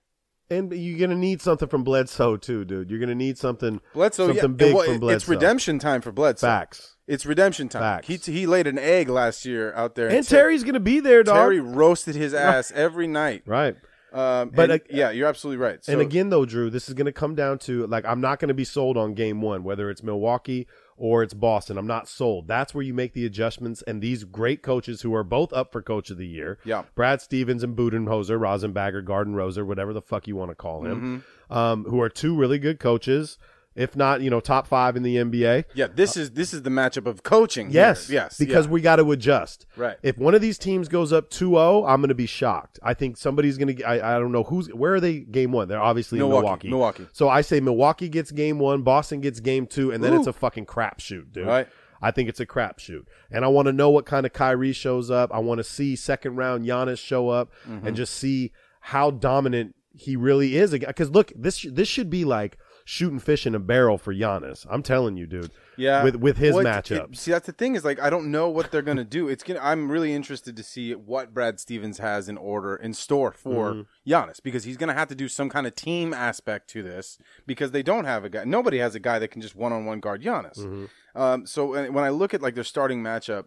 [SPEAKER 1] And you're going to need something from Bledsoe too, dude. You're going to need something.
[SPEAKER 3] Bledsoe,
[SPEAKER 1] something
[SPEAKER 3] yeah,
[SPEAKER 1] big
[SPEAKER 3] well,
[SPEAKER 1] from
[SPEAKER 3] it-
[SPEAKER 1] Bledsoe.
[SPEAKER 3] It's redemption time for Bledsoe.
[SPEAKER 1] Facts.
[SPEAKER 3] It's redemption time.
[SPEAKER 1] Facts.
[SPEAKER 3] He he laid an egg last year out there,
[SPEAKER 1] And
[SPEAKER 3] Ter-
[SPEAKER 1] Terry's going to be there, dog.
[SPEAKER 3] Terry roasted his ass every night.
[SPEAKER 1] Right.
[SPEAKER 3] Um,
[SPEAKER 1] But,
[SPEAKER 3] and-
[SPEAKER 1] uh,
[SPEAKER 3] yeah, you're absolutely right. So,
[SPEAKER 1] and again, though, Drew, this is going to come down to like I'm not going to be sold on Game One, whether it's Milwaukee or it's Boston. I'm not sold. That's where you make the adjustments. And these great coaches who are both up for Coach of the Year,
[SPEAKER 3] Yeah.
[SPEAKER 1] Brad Stevens and Budenhoser, Rosenbagger, Garden Roser, whatever the fuck you want to call him,
[SPEAKER 3] Mm-hmm.
[SPEAKER 1] um, who are two really good coaches, if not you know top five in the NBA.
[SPEAKER 3] yeah, this is this is the matchup of coaching. here.
[SPEAKER 1] Yes.
[SPEAKER 3] yes,
[SPEAKER 1] Because
[SPEAKER 3] yeah.
[SPEAKER 1] we got to adjust.
[SPEAKER 3] Right.
[SPEAKER 1] If one of these teams goes up 2-0, I'm going to be shocked. I think somebody's going to I I don't know who's where are they game 1? They're obviously in Milwaukee.
[SPEAKER 3] Milwaukee, Milwaukee.
[SPEAKER 1] So I say Milwaukee gets game 1, Boston gets game 2 and then it's
[SPEAKER 3] Ooh.
[SPEAKER 1] a fucking crapshoot, dude.
[SPEAKER 3] Right.
[SPEAKER 1] I think it's a crapshoot. And I want to know what kind of Kyrie shows up. I want to see second round Giannis show up and
[SPEAKER 3] Mm-hmm.
[SPEAKER 1] just see how dominant he really is. Because look, this this should be like shooting fish in a barrel for Giannis. I'm telling you, dude.
[SPEAKER 3] Yeah,
[SPEAKER 1] With with his
[SPEAKER 3] Well, it-
[SPEAKER 1] matchups.
[SPEAKER 3] it- see, that's the thing is like I don't know what they're gonna do. It's gonna. I'm really interested to see what Brad Stevens has in order in store for
[SPEAKER 1] Mm-hmm.
[SPEAKER 3] Giannis because he's gonna have to do some kind of team aspect to this because they don't have a guy. Nobody has a guy that can just one on one guard Giannis.
[SPEAKER 1] Mm-hmm.
[SPEAKER 3] Um, so when when I look at like their starting matchup,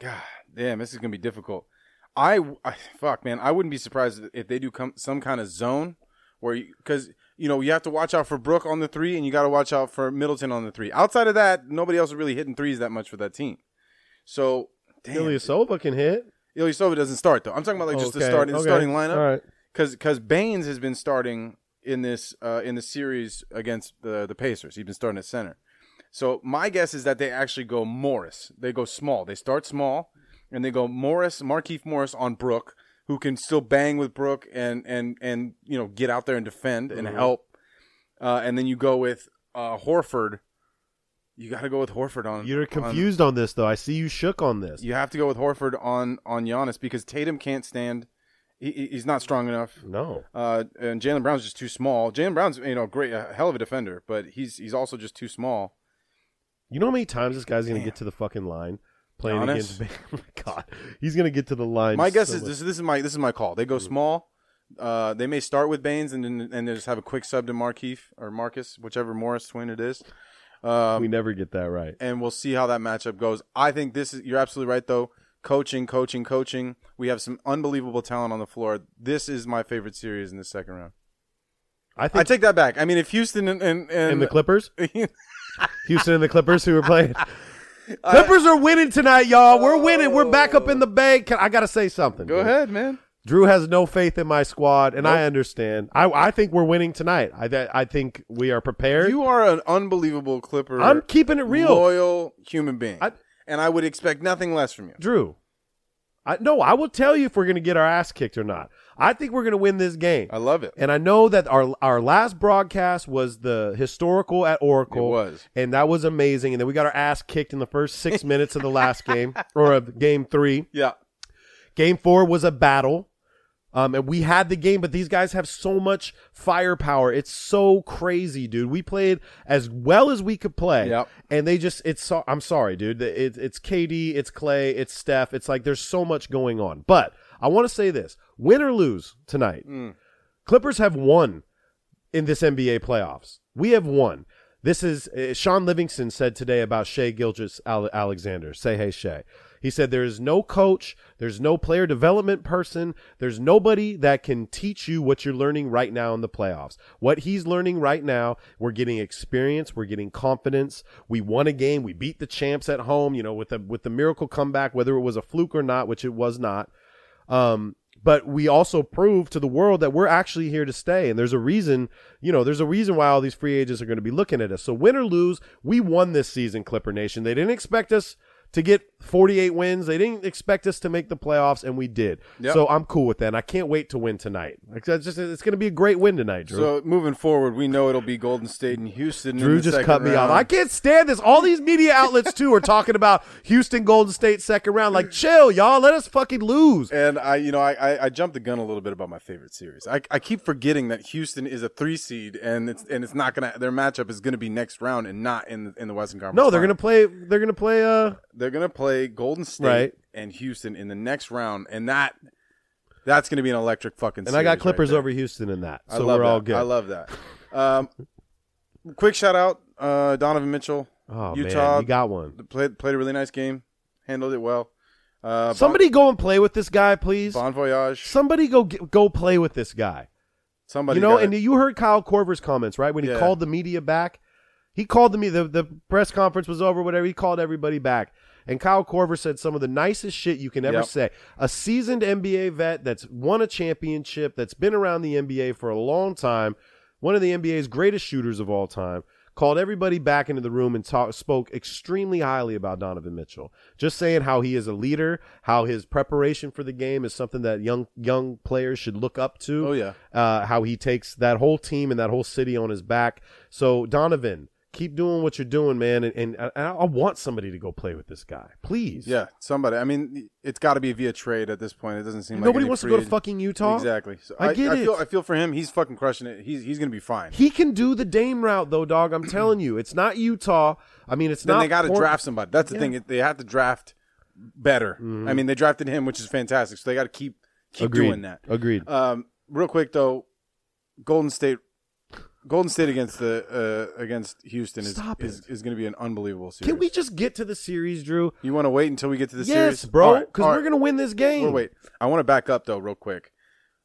[SPEAKER 3] God damn, this is gonna be difficult. I, I fuck man, I wouldn't be surprised if they do come some kind of zone where because you, know you have to watch out for Brooke on the three, and you got to watch out for Middleton on the three. Outside of that, nobody else is really hitting threes that much for that team. So damn,
[SPEAKER 1] Ilyasova can hit.
[SPEAKER 3] Ilyasova doesn't start though. I'm talking about like just the start in the starting lineup
[SPEAKER 1] All right.
[SPEAKER 3] because because Baines has been starting in this uh, in the series against the the Pacers. He's been starting at center. So my guess is that they actually go Morris. They go small. They start small, and they go Morris, Markeith Morris on Brook, who can still bang with Brook and and and you know get out there and defend and
[SPEAKER 1] Mm-hmm.
[SPEAKER 3] help. Uh, and then you go with uh, Horford. You got to go with Horford on.
[SPEAKER 1] You're
[SPEAKER 3] on-
[SPEAKER 1] confused on this though. I see you shook on this.
[SPEAKER 3] you have to go with Horford on on Giannis because Tatum can't stand. He, he- he's not strong enough.
[SPEAKER 1] no.
[SPEAKER 3] Uh, and Jalen Brown's just too small. Jalen Brown's you know great, a hell of a defender, but he's he's also just too small.
[SPEAKER 1] You know how many times this guy's gonna get to the fucking line playing
[SPEAKER 3] Giannis?
[SPEAKER 1] against? Oh my God, he's gonna get to the line.
[SPEAKER 3] My guess
[SPEAKER 1] so
[SPEAKER 3] is
[SPEAKER 1] much.
[SPEAKER 3] this this is my this is my call. They go small. Uh, they may start with Baines and then and they just have a quick sub to Markeith or Marcus, whichever Morris twin it is. Um,
[SPEAKER 1] we never get that right.
[SPEAKER 3] and we'll see how that matchup goes. I think this is you're absolutely right though. Coaching, coaching, coaching. We have some unbelievable talent on the floor. This is my favorite series in the second round.
[SPEAKER 1] I
[SPEAKER 3] I
[SPEAKER 1] think
[SPEAKER 3] take that back. I mean, if Houston and and, and,
[SPEAKER 1] in the Clippers, Houston and the Clippers who were playing. Clippers are winning tonight, y'all. We're winning. We're back up in the bank. Can- I gotta say something.
[SPEAKER 3] Oh. go
[SPEAKER 1] dude.
[SPEAKER 3] ahead, man.
[SPEAKER 1] Drew has no faith in my squad, and I understand. I, I think we're winning tonight. I th- I think we are prepared.
[SPEAKER 3] You are an unbelievable Clipper.
[SPEAKER 1] I'm keeping it real.
[SPEAKER 3] loyal human being,
[SPEAKER 1] I-
[SPEAKER 3] and I would expect nothing less from you.
[SPEAKER 1] Drew, I no, I will tell you if we're going to get our ass kicked or not. I think we're going to win this game.
[SPEAKER 3] I love it.
[SPEAKER 1] and I know that our our last broadcast was the historical at Oracle.
[SPEAKER 3] It was.
[SPEAKER 1] and that was amazing. And then we got our ass kicked in the first six minutes of the last game or of game three.
[SPEAKER 3] Yeah,
[SPEAKER 1] Game four was a battle. Um, and we had the game, but these guys have so much firepower. It's so crazy, dude. We played as well as we could play.
[SPEAKER 3] Yep.
[SPEAKER 1] And they just, it's, so, I'm sorry, dude. It, it's KD, it's Clay, it's Steph. It's like there's so much going on. But I want to say this win or lose tonight, Clippers have won in this NBA playoffs. We have won. This is uh, Sean Livingston said today about Shea Gilgis Alexander. Say hey, Shea. He said there is no coach, there's no player development person, there's nobody that can teach you what you're learning right now in the playoffs. What he's learning right now, we're getting experience, we're getting confidence. We won a game, we beat the champs at home, you know, with the with the miracle comeback, whether it was a fluke or not, which it was not. Um, but we also prove to the world that we're actually here to stay. And there's a reason, you know, there's a reason why all these free agents are going to be looking at us. So win or lose, we won this season, Clipper Nation. They didn't expect us to get 48 wins. They didn't expect us to make the playoffs, and we did.
[SPEAKER 3] Yep.
[SPEAKER 1] So I'm cool with that. And I can't wait to win tonight. Like, that's just- It's going to be a great win tonight, Drew.
[SPEAKER 3] So moving forward, we know it'll be Golden State and Houston. in
[SPEAKER 1] Drew
[SPEAKER 3] the
[SPEAKER 1] just
[SPEAKER 3] second
[SPEAKER 1] cut me off.
[SPEAKER 3] round.
[SPEAKER 1] I can't stand this. All these media outlets too are talking about Houston Golden State second round. Like, chill, y'all. Let us fucking lose.
[SPEAKER 3] And I, you know, I, I, I jumped the gun a little bit about my favorite series. I, I keep forgetting that Houston is a three seed, and it's and it's not gonna their matchup is gonna be next round and not in in the Western Conference.
[SPEAKER 1] No, they're
[SPEAKER 3] Final.
[SPEAKER 1] gonna play. They're gonna play. Uh,
[SPEAKER 3] they're gonna play Golden State
[SPEAKER 1] Right.
[SPEAKER 3] and Houston in the next round, and that that's gonna be an electric fucking.
[SPEAKER 1] and I got Clippers over Houston in that, so
[SPEAKER 3] I love
[SPEAKER 1] we're all
[SPEAKER 3] that.
[SPEAKER 1] good.
[SPEAKER 3] I love that. Um, quick shout out, uh, Donovan Mitchell
[SPEAKER 1] oh
[SPEAKER 3] Utah-
[SPEAKER 1] man, you got one.
[SPEAKER 3] played played a really nice game, handled it well. Uh,
[SPEAKER 1] Somebody go and play with this guy, please.
[SPEAKER 3] bon, bon voyage.
[SPEAKER 1] Somebody go get, go play with this guy.
[SPEAKER 3] Somebody,
[SPEAKER 1] you know,
[SPEAKER 3] got
[SPEAKER 1] and
[SPEAKER 3] it.
[SPEAKER 1] you heard Kyle Korver's comments, right? When he
[SPEAKER 3] Yeah.
[SPEAKER 1] called the media back, he called the me the the press conference was over, whatever. He called everybody back, and Kyle Korver said some of the nicest shit you can ever
[SPEAKER 3] Yep.
[SPEAKER 1] say. A seasoned NBA vet that's won a championship, that's been around the NBA for a long time, one of the NBA's greatest shooters of all time. Called everybody back into the room and talk, spoke extremely highly about Donovan Mitchell. Just saying how he is a leader, how his preparation for the game is something that young young players should look up to
[SPEAKER 3] Oh, yeah.
[SPEAKER 1] uh, how he takes that whole team and that whole city on his back. So Donovan, keep doing what you're doing, man. And, and I, I want somebody to go play with this guy, please.
[SPEAKER 3] Yeah, somebody. I mean, it's got to be via trade at this point. It doesn't seem like
[SPEAKER 1] Nobody
[SPEAKER 3] any
[SPEAKER 1] wants to
[SPEAKER 3] free
[SPEAKER 1] go to
[SPEAKER 3] agent-
[SPEAKER 1] fucking Utah.
[SPEAKER 3] Exactly. So
[SPEAKER 1] I get
[SPEAKER 3] I
[SPEAKER 1] it.
[SPEAKER 3] Feel, I feel for him. He's fucking crushing it. He's he's gonna be fine.
[SPEAKER 1] He can do the Dame route though, dog. I'm telling you, it's not Utah. I mean, it's
[SPEAKER 3] Then
[SPEAKER 1] not.
[SPEAKER 3] they got to
[SPEAKER 1] Port-
[SPEAKER 3] draft somebody. That's the
[SPEAKER 1] Yeah. Mm-hmm.
[SPEAKER 3] thing. It- They have to draft better. I mean, they drafted him, which is fantastic. So they got to keep keep
[SPEAKER 1] Agreed.
[SPEAKER 3] doing that.
[SPEAKER 1] Agreed.
[SPEAKER 3] Um, real quick though, Golden State, Golden State against the uh, against Houston is
[SPEAKER 1] Stop
[SPEAKER 3] is,
[SPEAKER 1] it.
[SPEAKER 3] is going to be an unbelievable series.
[SPEAKER 1] can we just get to the series, Drew?
[SPEAKER 3] You want to wait until we get to the
[SPEAKER 1] yes,
[SPEAKER 3] series, All
[SPEAKER 1] bro.
[SPEAKER 3] right,
[SPEAKER 1] Because
[SPEAKER 3] all
[SPEAKER 1] we're
[SPEAKER 3] right.
[SPEAKER 1] gonna win this game.
[SPEAKER 3] Well, wait. I want to back up though, real quick.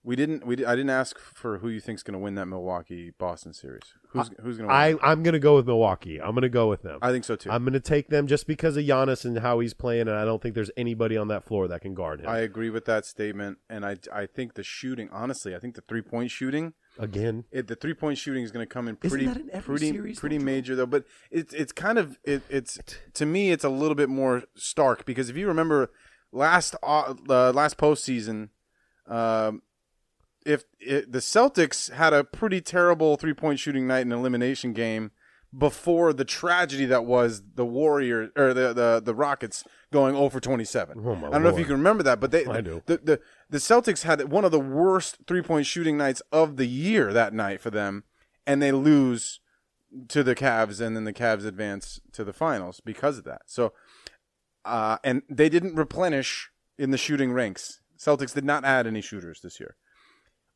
[SPEAKER 3] We didn't. We di- I didn't ask for who you think's going to win that Milwaukee Boston series. Who's who's going to win?
[SPEAKER 1] I I'm gonna go with Milwaukee. I'm gonna go with them.
[SPEAKER 3] I think so too. i
[SPEAKER 1] I'm gonna take them just because of Giannis and how he's playing, and I don't think there's anybody on that floor that can guard him.
[SPEAKER 3] agree with that statement, and I I think the shooting. Honestly, I think the three point shooting.
[SPEAKER 1] Again,
[SPEAKER 3] It, the three point shooting is going to come in
[SPEAKER 1] Isn't
[SPEAKER 3] pretty
[SPEAKER 1] that in every
[SPEAKER 3] pretty
[SPEAKER 1] series,
[SPEAKER 3] pretty
[SPEAKER 1] though, Joe?
[SPEAKER 3] major though. But it's it's kind of it, it's to me it's a little bit more stark because if you remember last uh, uh, last postseason. Um, if it, the Celtics had a pretty terrible three point shooting night in elimination game before the tragedy that was the Warriors or the the, the Rockets going 0 for 27.
[SPEAKER 1] Oh,
[SPEAKER 3] I
[SPEAKER 1] my
[SPEAKER 3] don't know if you
[SPEAKER 1] Lord.
[SPEAKER 3] can remember that, but they
[SPEAKER 1] I do.
[SPEAKER 3] The, the the Celtics had one of the worst three point shooting nights of the year that night for them, and they lose to the Cavs, and then the Cavs advance to the finals because of that. So uh, and they didn't replenish in the shooting ranks. Celtics did not add any shooters this year.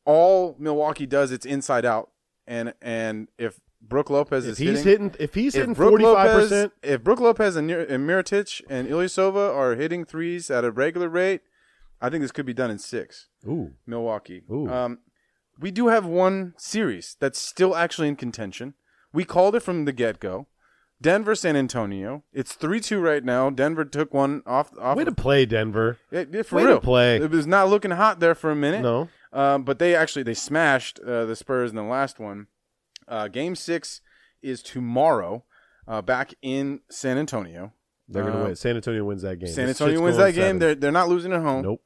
[SPEAKER 3] All Milwaukee does it's inside out, and and if Brooke Lopez
[SPEAKER 1] if
[SPEAKER 3] is
[SPEAKER 1] he's
[SPEAKER 3] hitting,
[SPEAKER 1] hitting, if he's
[SPEAKER 3] if
[SPEAKER 1] hitting
[SPEAKER 3] Brook
[SPEAKER 1] forty five
[SPEAKER 3] Lopez,
[SPEAKER 1] percent,
[SPEAKER 3] if Brooke Lopez and, Nir- and Miritich and Ilyasova are hitting threes at a regular rate, I think this could be done in six.
[SPEAKER 1] ooh,
[SPEAKER 3] Milwaukee.
[SPEAKER 1] Ooh.
[SPEAKER 3] Um, we do have one series that's still actually in contention. We called it from the get go. Denver, San Antonio. It's three two right now. Denver took one off. off
[SPEAKER 1] way to play Denver.
[SPEAKER 3] Yeah, yeah, for
[SPEAKER 1] way to
[SPEAKER 3] real.
[SPEAKER 1] play.
[SPEAKER 3] It was not looking hot there for a minute.
[SPEAKER 1] No,
[SPEAKER 3] Um, but they actually they smashed uh, the Spurs in the last one. Uh, game six is tomorrow, uh, back in San Antonio.
[SPEAKER 1] they're gonna
[SPEAKER 3] Uh,
[SPEAKER 1] win. San Antonio wins that game.
[SPEAKER 3] San
[SPEAKER 1] This
[SPEAKER 3] Antonio
[SPEAKER 1] shit's
[SPEAKER 3] wins
[SPEAKER 1] going
[SPEAKER 3] that game.
[SPEAKER 1] seven.
[SPEAKER 3] They're they're not losing at home.
[SPEAKER 1] nope.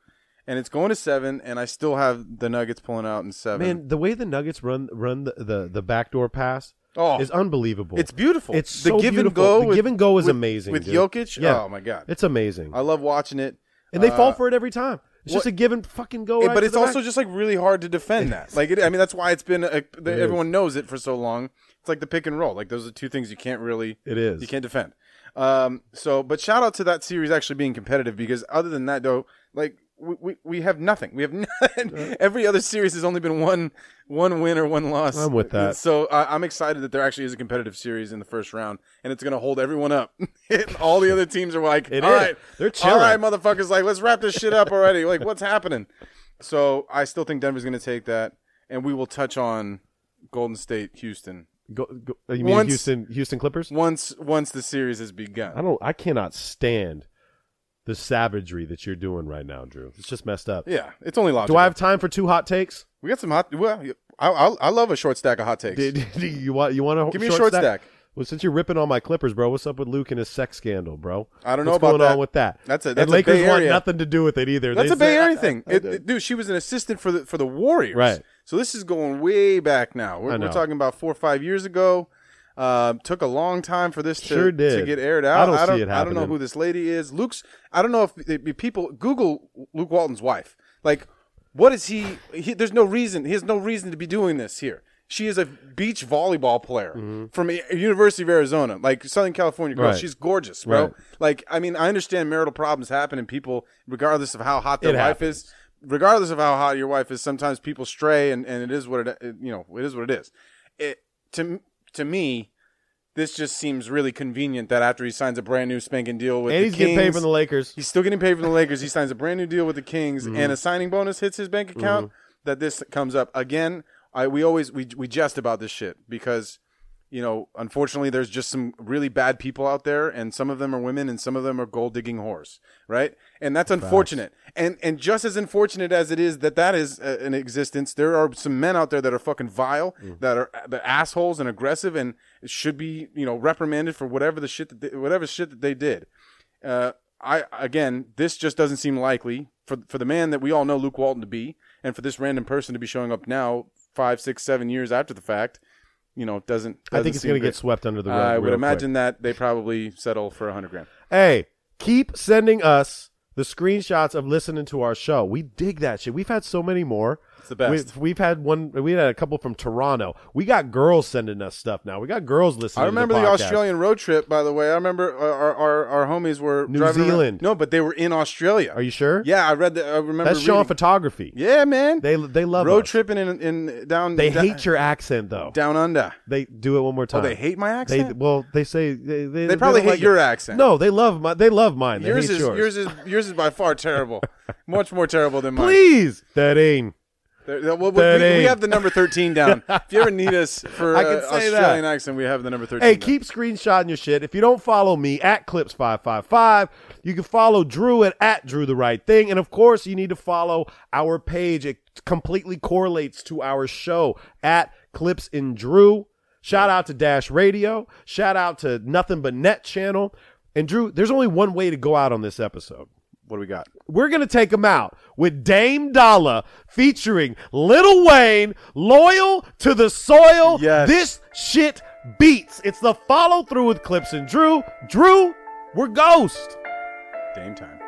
[SPEAKER 3] And it's going to seven. And I still have the Nuggets pulling out in seven.
[SPEAKER 1] Man, the way the Nuggets run run the the, the backdoor pass
[SPEAKER 3] Oh.
[SPEAKER 1] is unbelievable.
[SPEAKER 3] It's beautiful.
[SPEAKER 1] It's
[SPEAKER 3] the
[SPEAKER 1] so
[SPEAKER 3] give
[SPEAKER 1] beautiful.
[SPEAKER 3] and go.
[SPEAKER 1] The
[SPEAKER 3] with-
[SPEAKER 1] give and go is
[SPEAKER 3] with-
[SPEAKER 1] amazing,
[SPEAKER 3] with
[SPEAKER 1] dude.
[SPEAKER 3] Jokic.
[SPEAKER 1] Yeah.
[SPEAKER 3] Oh my god,
[SPEAKER 1] it's amazing,
[SPEAKER 3] I love watching it.
[SPEAKER 1] and they fall
[SPEAKER 3] uh,
[SPEAKER 1] for it every time. It's just a
[SPEAKER 3] what-
[SPEAKER 1] give and fucking go.
[SPEAKER 3] it-
[SPEAKER 1] right
[SPEAKER 3] but
[SPEAKER 1] to
[SPEAKER 3] it's
[SPEAKER 1] the
[SPEAKER 3] also
[SPEAKER 1] back.
[SPEAKER 3] just like really hard to defend that. Like, it, I mean, that's why it's been a, the,
[SPEAKER 1] is.
[SPEAKER 3] everyone knows it for so long. It's like the pick and roll. Like those are two things you can't really
[SPEAKER 1] it is.
[SPEAKER 3] you can't defend. Um, so, but shout out to that series actually being competitive because other than that though, like we, we, we have nothing. We have none.
[SPEAKER 1] Uh,
[SPEAKER 3] every other series has only been one one win or one loss.
[SPEAKER 1] I'm with that.
[SPEAKER 3] So I I'm excited that there actually is a competitive series in the first round, and it's going to hold everyone up. And all the other teams are like,
[SPEAKER 1] It
[SPEAKER 3] all
[SPEAKER 1] is.
[SPEAKER 3] right,
[SPEAKER 1] They're chilling.
[SPEAKER 3] All right, motherfuckers, like let's wrap this shit up already. like what's happening? So I still think Denver's going to take that, and we will touch on Golden State, Houston
[SPEAKER 1] Go, go, you mean
[SPEAKER 3] Once-
[SPEAKER 1] Houston Houston Clippers?
[SPEAKER 3] once once the series has begun.
[SPEAKER 1] I don't. I cannot stand the savagery that you're doing right now, Drew. It's just messed up.
[SPEAKER 3] Yeah, it's only logical.
[SPEAKER 1] Do I have time for two hot takes?
[SPEAKER 3] we got some hot. Well, I, I, I love a short stack of hot takes.
[SPEAKER 1] Did, do you want you want to
[SPEAKER 3] Give me a short stack.
[SPEAKER 1] Well, since you're ripping on my Clippers, bro, what's up with Luke and his sex scandal, bro?
[SPEAKER 3] I don't know
[SPEAKER 1] what's
[SPEAKER 3] about
[SPEAKER 1] going
[SPEAKER 3] that.
[SPEAKER 1] on with that.
[SPEAKER 3] That's a-
[SPEAKER 1] And
[SPEAKER 3] that's a
[SPEAKER 1] Lakers
[SPEAKER 3] Bay
[SPEAKER 1] want
[SPEAKER 3] Area-
[SPEAKER 1] nothing to do with it either.
[SPEAKER 3] That's
[SPEAKER 1] They
[SPEAKER 3] a Bay
[SPEAKER 1] say-
[SPEAKER 3] Area thing.
[SPEAKER 1] I- I-
[SPEAKER 3] It- it- dude, she was an assistant for the for the Warriors.
[SPEAKER 1] Right.
[SPEAKER 3] So this is going way back now.
[SPEAKER 1] I
[SPEAKER 3] We're,
[SPEAKER 1] know.
[SPEAKER 3] we're talking about four or five years ago. Uh, took a long time for this to,
[SPEAKER 1] Sure did.
[SPEAKER 3] to get aired
[SPEAKER 1] I
[SPEAKER 3] out.
[SPEAKER 1] don't
[SPEAKER 3] I don't,
[SPEAKER 1] see it
[SPEAKER 3] I don't know
[SPEAKER 1] happening.
[SPEAKER 3] who this lady is. Luke's. I don't know if, if people Google Luke Walton's wife. Like, what is he, he? There's no reason. He has no reason to be doing this here. She is a beach volleyball player from a- University of Arizona, like Southern California girl.
[SPEAKER 1] Mm-hmm. Right.
[SPEAKER 3] She's gorgeous, bro.
[SPEAKER 1] Right.
[SPEAKER 3] Like, I mean, I understand marital problems happen, and people, regardless of how hot their
[SPEAKER 1] It
[SPEAKER 3] wife is, regardless of how hot your wife is, sometimes people stray, and, and it is what it, it- you know it is what it is. It to to me, this just seems really convenient that after he signs a brand new spanking deal with
[SPEAKER 1] And
[SPEAKER 3] the
[SPEAKER 1] he's getting paid
[SPEAKER 3] Kings-
[SPEAKER 1] from the Lakers.
[SPEAKER 3] he's still getting paid from the Lakers. He signs a brand new deal with the Kings, and a signing bonus hits his bank account. That this comes up again. I we always we we jest about this shit because you know unfortunately there's just some really bad people out there, and some of them are women, and some of them are gold digging whores, right? And that's unfortunate. And and just as unfortunate as it is that that is uh, an existence, there are some men out there that are fucking vile, that are the assholes and aggressive, and should be you know reprimanded for whatever the shit that they, whatever shit that they did uh, I again, this just doesn't seem likely for for the man that we all know Luke Walton to be, and for this random person to be showing up now, five, six, seven years after the fact. You know, doesn't.
[SPEAKER 1] I
[SPEAKER 3] doesn't
[SPEAKER 1] think it's
[SPEAKER 3] seem
[SPEAKER 1] going to
[SPEAKER 3] great.
[SPEAKER 1] get swept under the rug.
[SPEAKER 3] I
[SPEAKER 1] real
[SPEAKER 3] would
[SPEAKER 1] quick.
[SPEAKER 3] imagine that they probably settle for a hundred grand.
[SPEAKER 1] Hey, keep sending us the screenshots of listening to our show. We dig that shit. We've had so many more. It's
[SPEAKER 3] the best.
[SPEAKER 1] We've, we've had one. We had a couple from Toronto. We got girls sending us stuff now. We got girls listening.
[SPEAKER 3] I remember the,
[SPEAKER 1] to the, podcast.
[SPEAKER 3] Australian road trip, by the way. I remember uh, our our, our homies were
[SPEAKER 1] New
[SPEAKER 3] driving around-
[SPEAKER 1] Zealand.
[SPEAKER 3] No, but they were in Australia.
[SPEAKER 1] Are you sure?
[SPEAKER 3] Yeah, I read that. I remember
[SPEAKER 1] that's Sean
[SPEAKER 3] reading.
[SPEAKER 1] Photography.
[SPEAKER 3] Yeah, man.
[SPEAKER 1] They they love
[SPEAKER 3] road
[SPEAKER 1] us.
[SPEAKER 3] tripping in in down.
[SPEAKER 1] They
[SPEAKER 3] da-
[SPEAKER 1] hate your accent though.
[SPEAKER 3] down under. Oh,
[SPEAKER 1] They do it one more time.
[SPEAKER 3] they hate my
[SPEAKER 1] They,
[SPEAKER 3] accent?
[SPEAKER 1] well, they say they, they,
[SPEAKER 3] They probably
[SPEAKER 1] don't
[SPEAKER 3] hate
[SPEAKER 1] like
[SPEAKER 3] your
[SPEAKER 1] it.
[SPEAKER 3] accent.
[SPEAKER 1] No, they love my. They love mine. They
[SPEAKER 3] Yours
[SPEAKER 1] hate
[SPEAKER 3] is
[SPEAKER 1] yours.
[SPEAKER 3] yours. is yours is by far terrible, much more terrible than mine.
[SPEAKER 1] Please, that ain't.
[SPEAKER 3] There- there- well, we,
[SPEAKER 1] That
[SPEAKER 3] we- we
[SPEAKER 1] ain't.
[SPEAKER 3] have the number thirteen down. if you ever need us for
[SPEAKER 1] I can
[SPEAKER 3] uh,
[SPEAKER 1] say that.
[SPEAKER 3] Australian accent, we have the number thirteen.
[SPEAKER 1] Hey,
[SPEAKER 3] down.
[SPEAKER 1] keep screenshotting your shit. If you don't follow me at Clips555, you can follow Drew at, at Drew the Right Thing. And of course, you need to follow our page. It completely correlates to our show at Clips and Drew. Shout out to Dash Radio. Shout out to Nothing But Net Channel. And Drew, there's only one way to go out on this episode.
[SPEAKER 3] what do we got?
[SPEAKER 1] We're going to take them out with Dame Dollar featuring Little Wayne, loyal to the soil.
[SPEAKER 3] Yes.
[SPEAKER 1] This shit beats. It's the follow through with Clips and Drew. Drew, we're Ghost.
[SPEAKER 3] Dame time.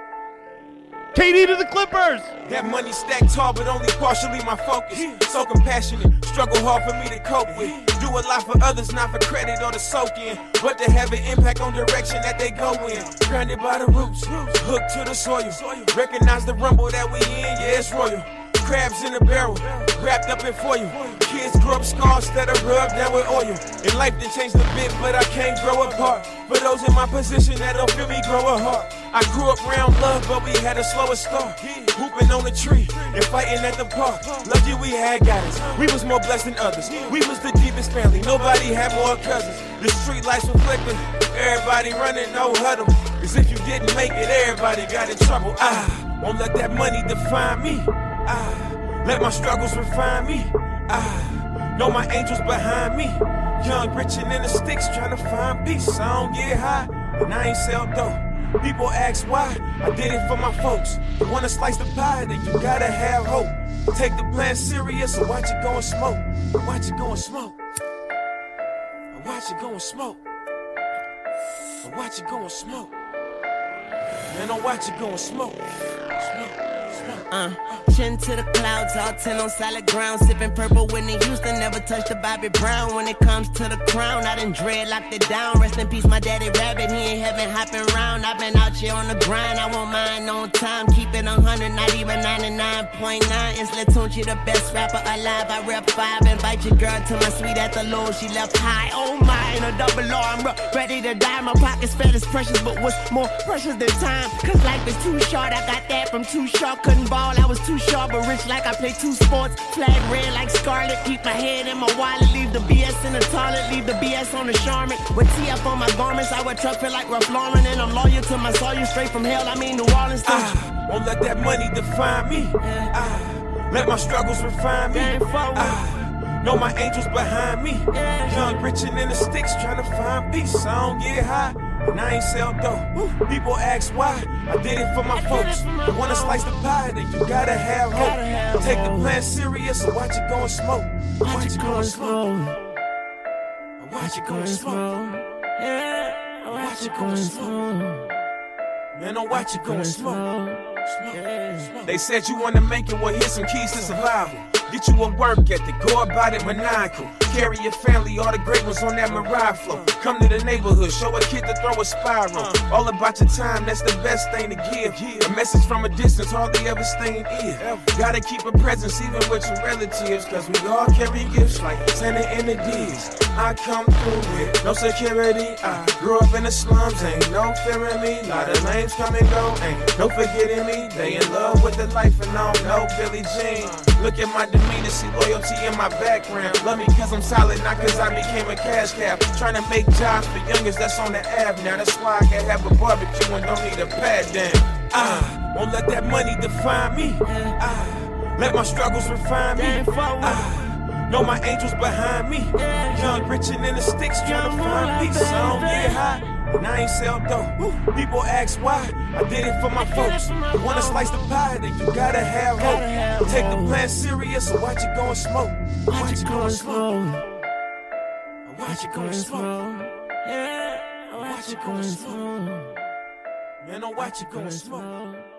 [SPEAKER 1] KD to the Clippers.
[SPEAKER 4] That money stacked tall, but only partially my focus. So compassionate, struggle hard for me to cope with. Do a lot for others, not for credit or to soak in, but to have an impact on direction that they go in. Grounded by the roots, hooked to the soil. Recognize the rumble that we in, yeah, it's royal. Crabs in a barrel, wrapped up in foil. Kids grow up scars that are rubbed down with oil. In life they changed a bit, but I can't grow apart. For those in my position that don't feel me grow a heart. I grew up round love, but we had a slower start. Hooping on a tree and fighting at the park. Lucky we had guidance. We was more blessed than others. We was the deepest family. Nobody had more cousins. The street lights were flickering. Everybody running, no huddle. As if you didn't make it, everybody got in trouble. I won't let that money define me. Ah. I let my struggles refine me. I know my angels behind me. Young, rich, and in the sticks, trying to find peace. I don't get high, and I ain't sell dope. People ask why I did it for my folks. You wanna slice the pie, then you gotta have hope. Take the plan serious, or watch it go and smoke. Watch it go and smoke. Or watch it go and smoke. Or watch it go and smoke. Man, don't watch it go and smoke. Smoke, smoke.
[SPEAKER 5] Chin to the clouds, all ten on solid ground. Sipping purple Whitney Houston, never touched the Bobby Brown. When it comes to the crown, I done dread locked it down. Rest in peace, my daddy rabbit, he ain't heaven hopping round. I've been out here on the grind, I won't mind on time. Keep it 100, not even 99.9. It's Latunchi, the best rapper alive. I rep five, invite your girl to my suite at the low. She left high, oh my, in a double R. I'm re- ready to die. My pockets fat as precious, but what's more precious than time? Cause life is too short, I got that from too sharp. Couldn't ball, I was too sharp, but rich like I play two sports. Flag red like scarlet, keep my head in my wallet. Leave the BS in the toilet, leave the BS on the Charmin. With TF on my garments, I wear truck fit like Ralph Lauren. And I'm loyal to my soil, straight from hell, I mean New Orleans. Don't you-
[SPEAKER 4] I won't let that money define me. I let my struggles refine me.
[SPEAKER 5] Gang forward.
[SPEAKER 4] I Ah, Know my angels behind me. Young, rich, and in the sticks, tryna find peace. I don't get high, and I ain't sell dope. People ask why. I did it for my folks. You wanna slice the pie, then you gotta have hope. Take the plan serious, or watch it go and smoke. Watch it go and smoke. Watch it go and smoke.
[SPEAKER 5] Yeah,
[SPEAKER 4] Watch it go and smoke. Man, I watch it go and smoke. They said you wanna make it, well here's some keys to survival. Get you a work ethic, go about it maniacal. Carry your family, all the great ones on that Mariah flow. Come to the neighborhood, show a kid to throw a spiral. All about your time, that's the best thing to give. A message from a distance, hardly ever staying ear. Gotta keep a presence even with your relatives, cause we all carry gifts like Santa and the D's. I come through with no security. I grew up in the slums, ain't no fearing me. Lot of lames come and go, ain't no forgetting me. They in love with the life and I don't know Billie Jean. Look at my demeanor, see loyalty in my background. Love me cause I'm solid, not cause I became a cash cow. Trying to make jobs for youngers that's on the app now. That's why I can have a barbecue and don't need a pad down. I won't let that money define me. I let my struggles refine me. I know my angels behind me. Young, rich, and in the sticks trying to find peace. I don't get high. And I ain't sell dope. People ask why. I did it for my folks. You wanna slice the pie, then you gotta have hope. Take the plan serious, or watch it go and smoke. Watch it go and smoke. Watch it go and smoke.
[SPEAKER 5] yeah, watch it go and smoke.
[SPEAKER 4] Man, I watch it go and smoke.
[SPEAKER 5] smoke.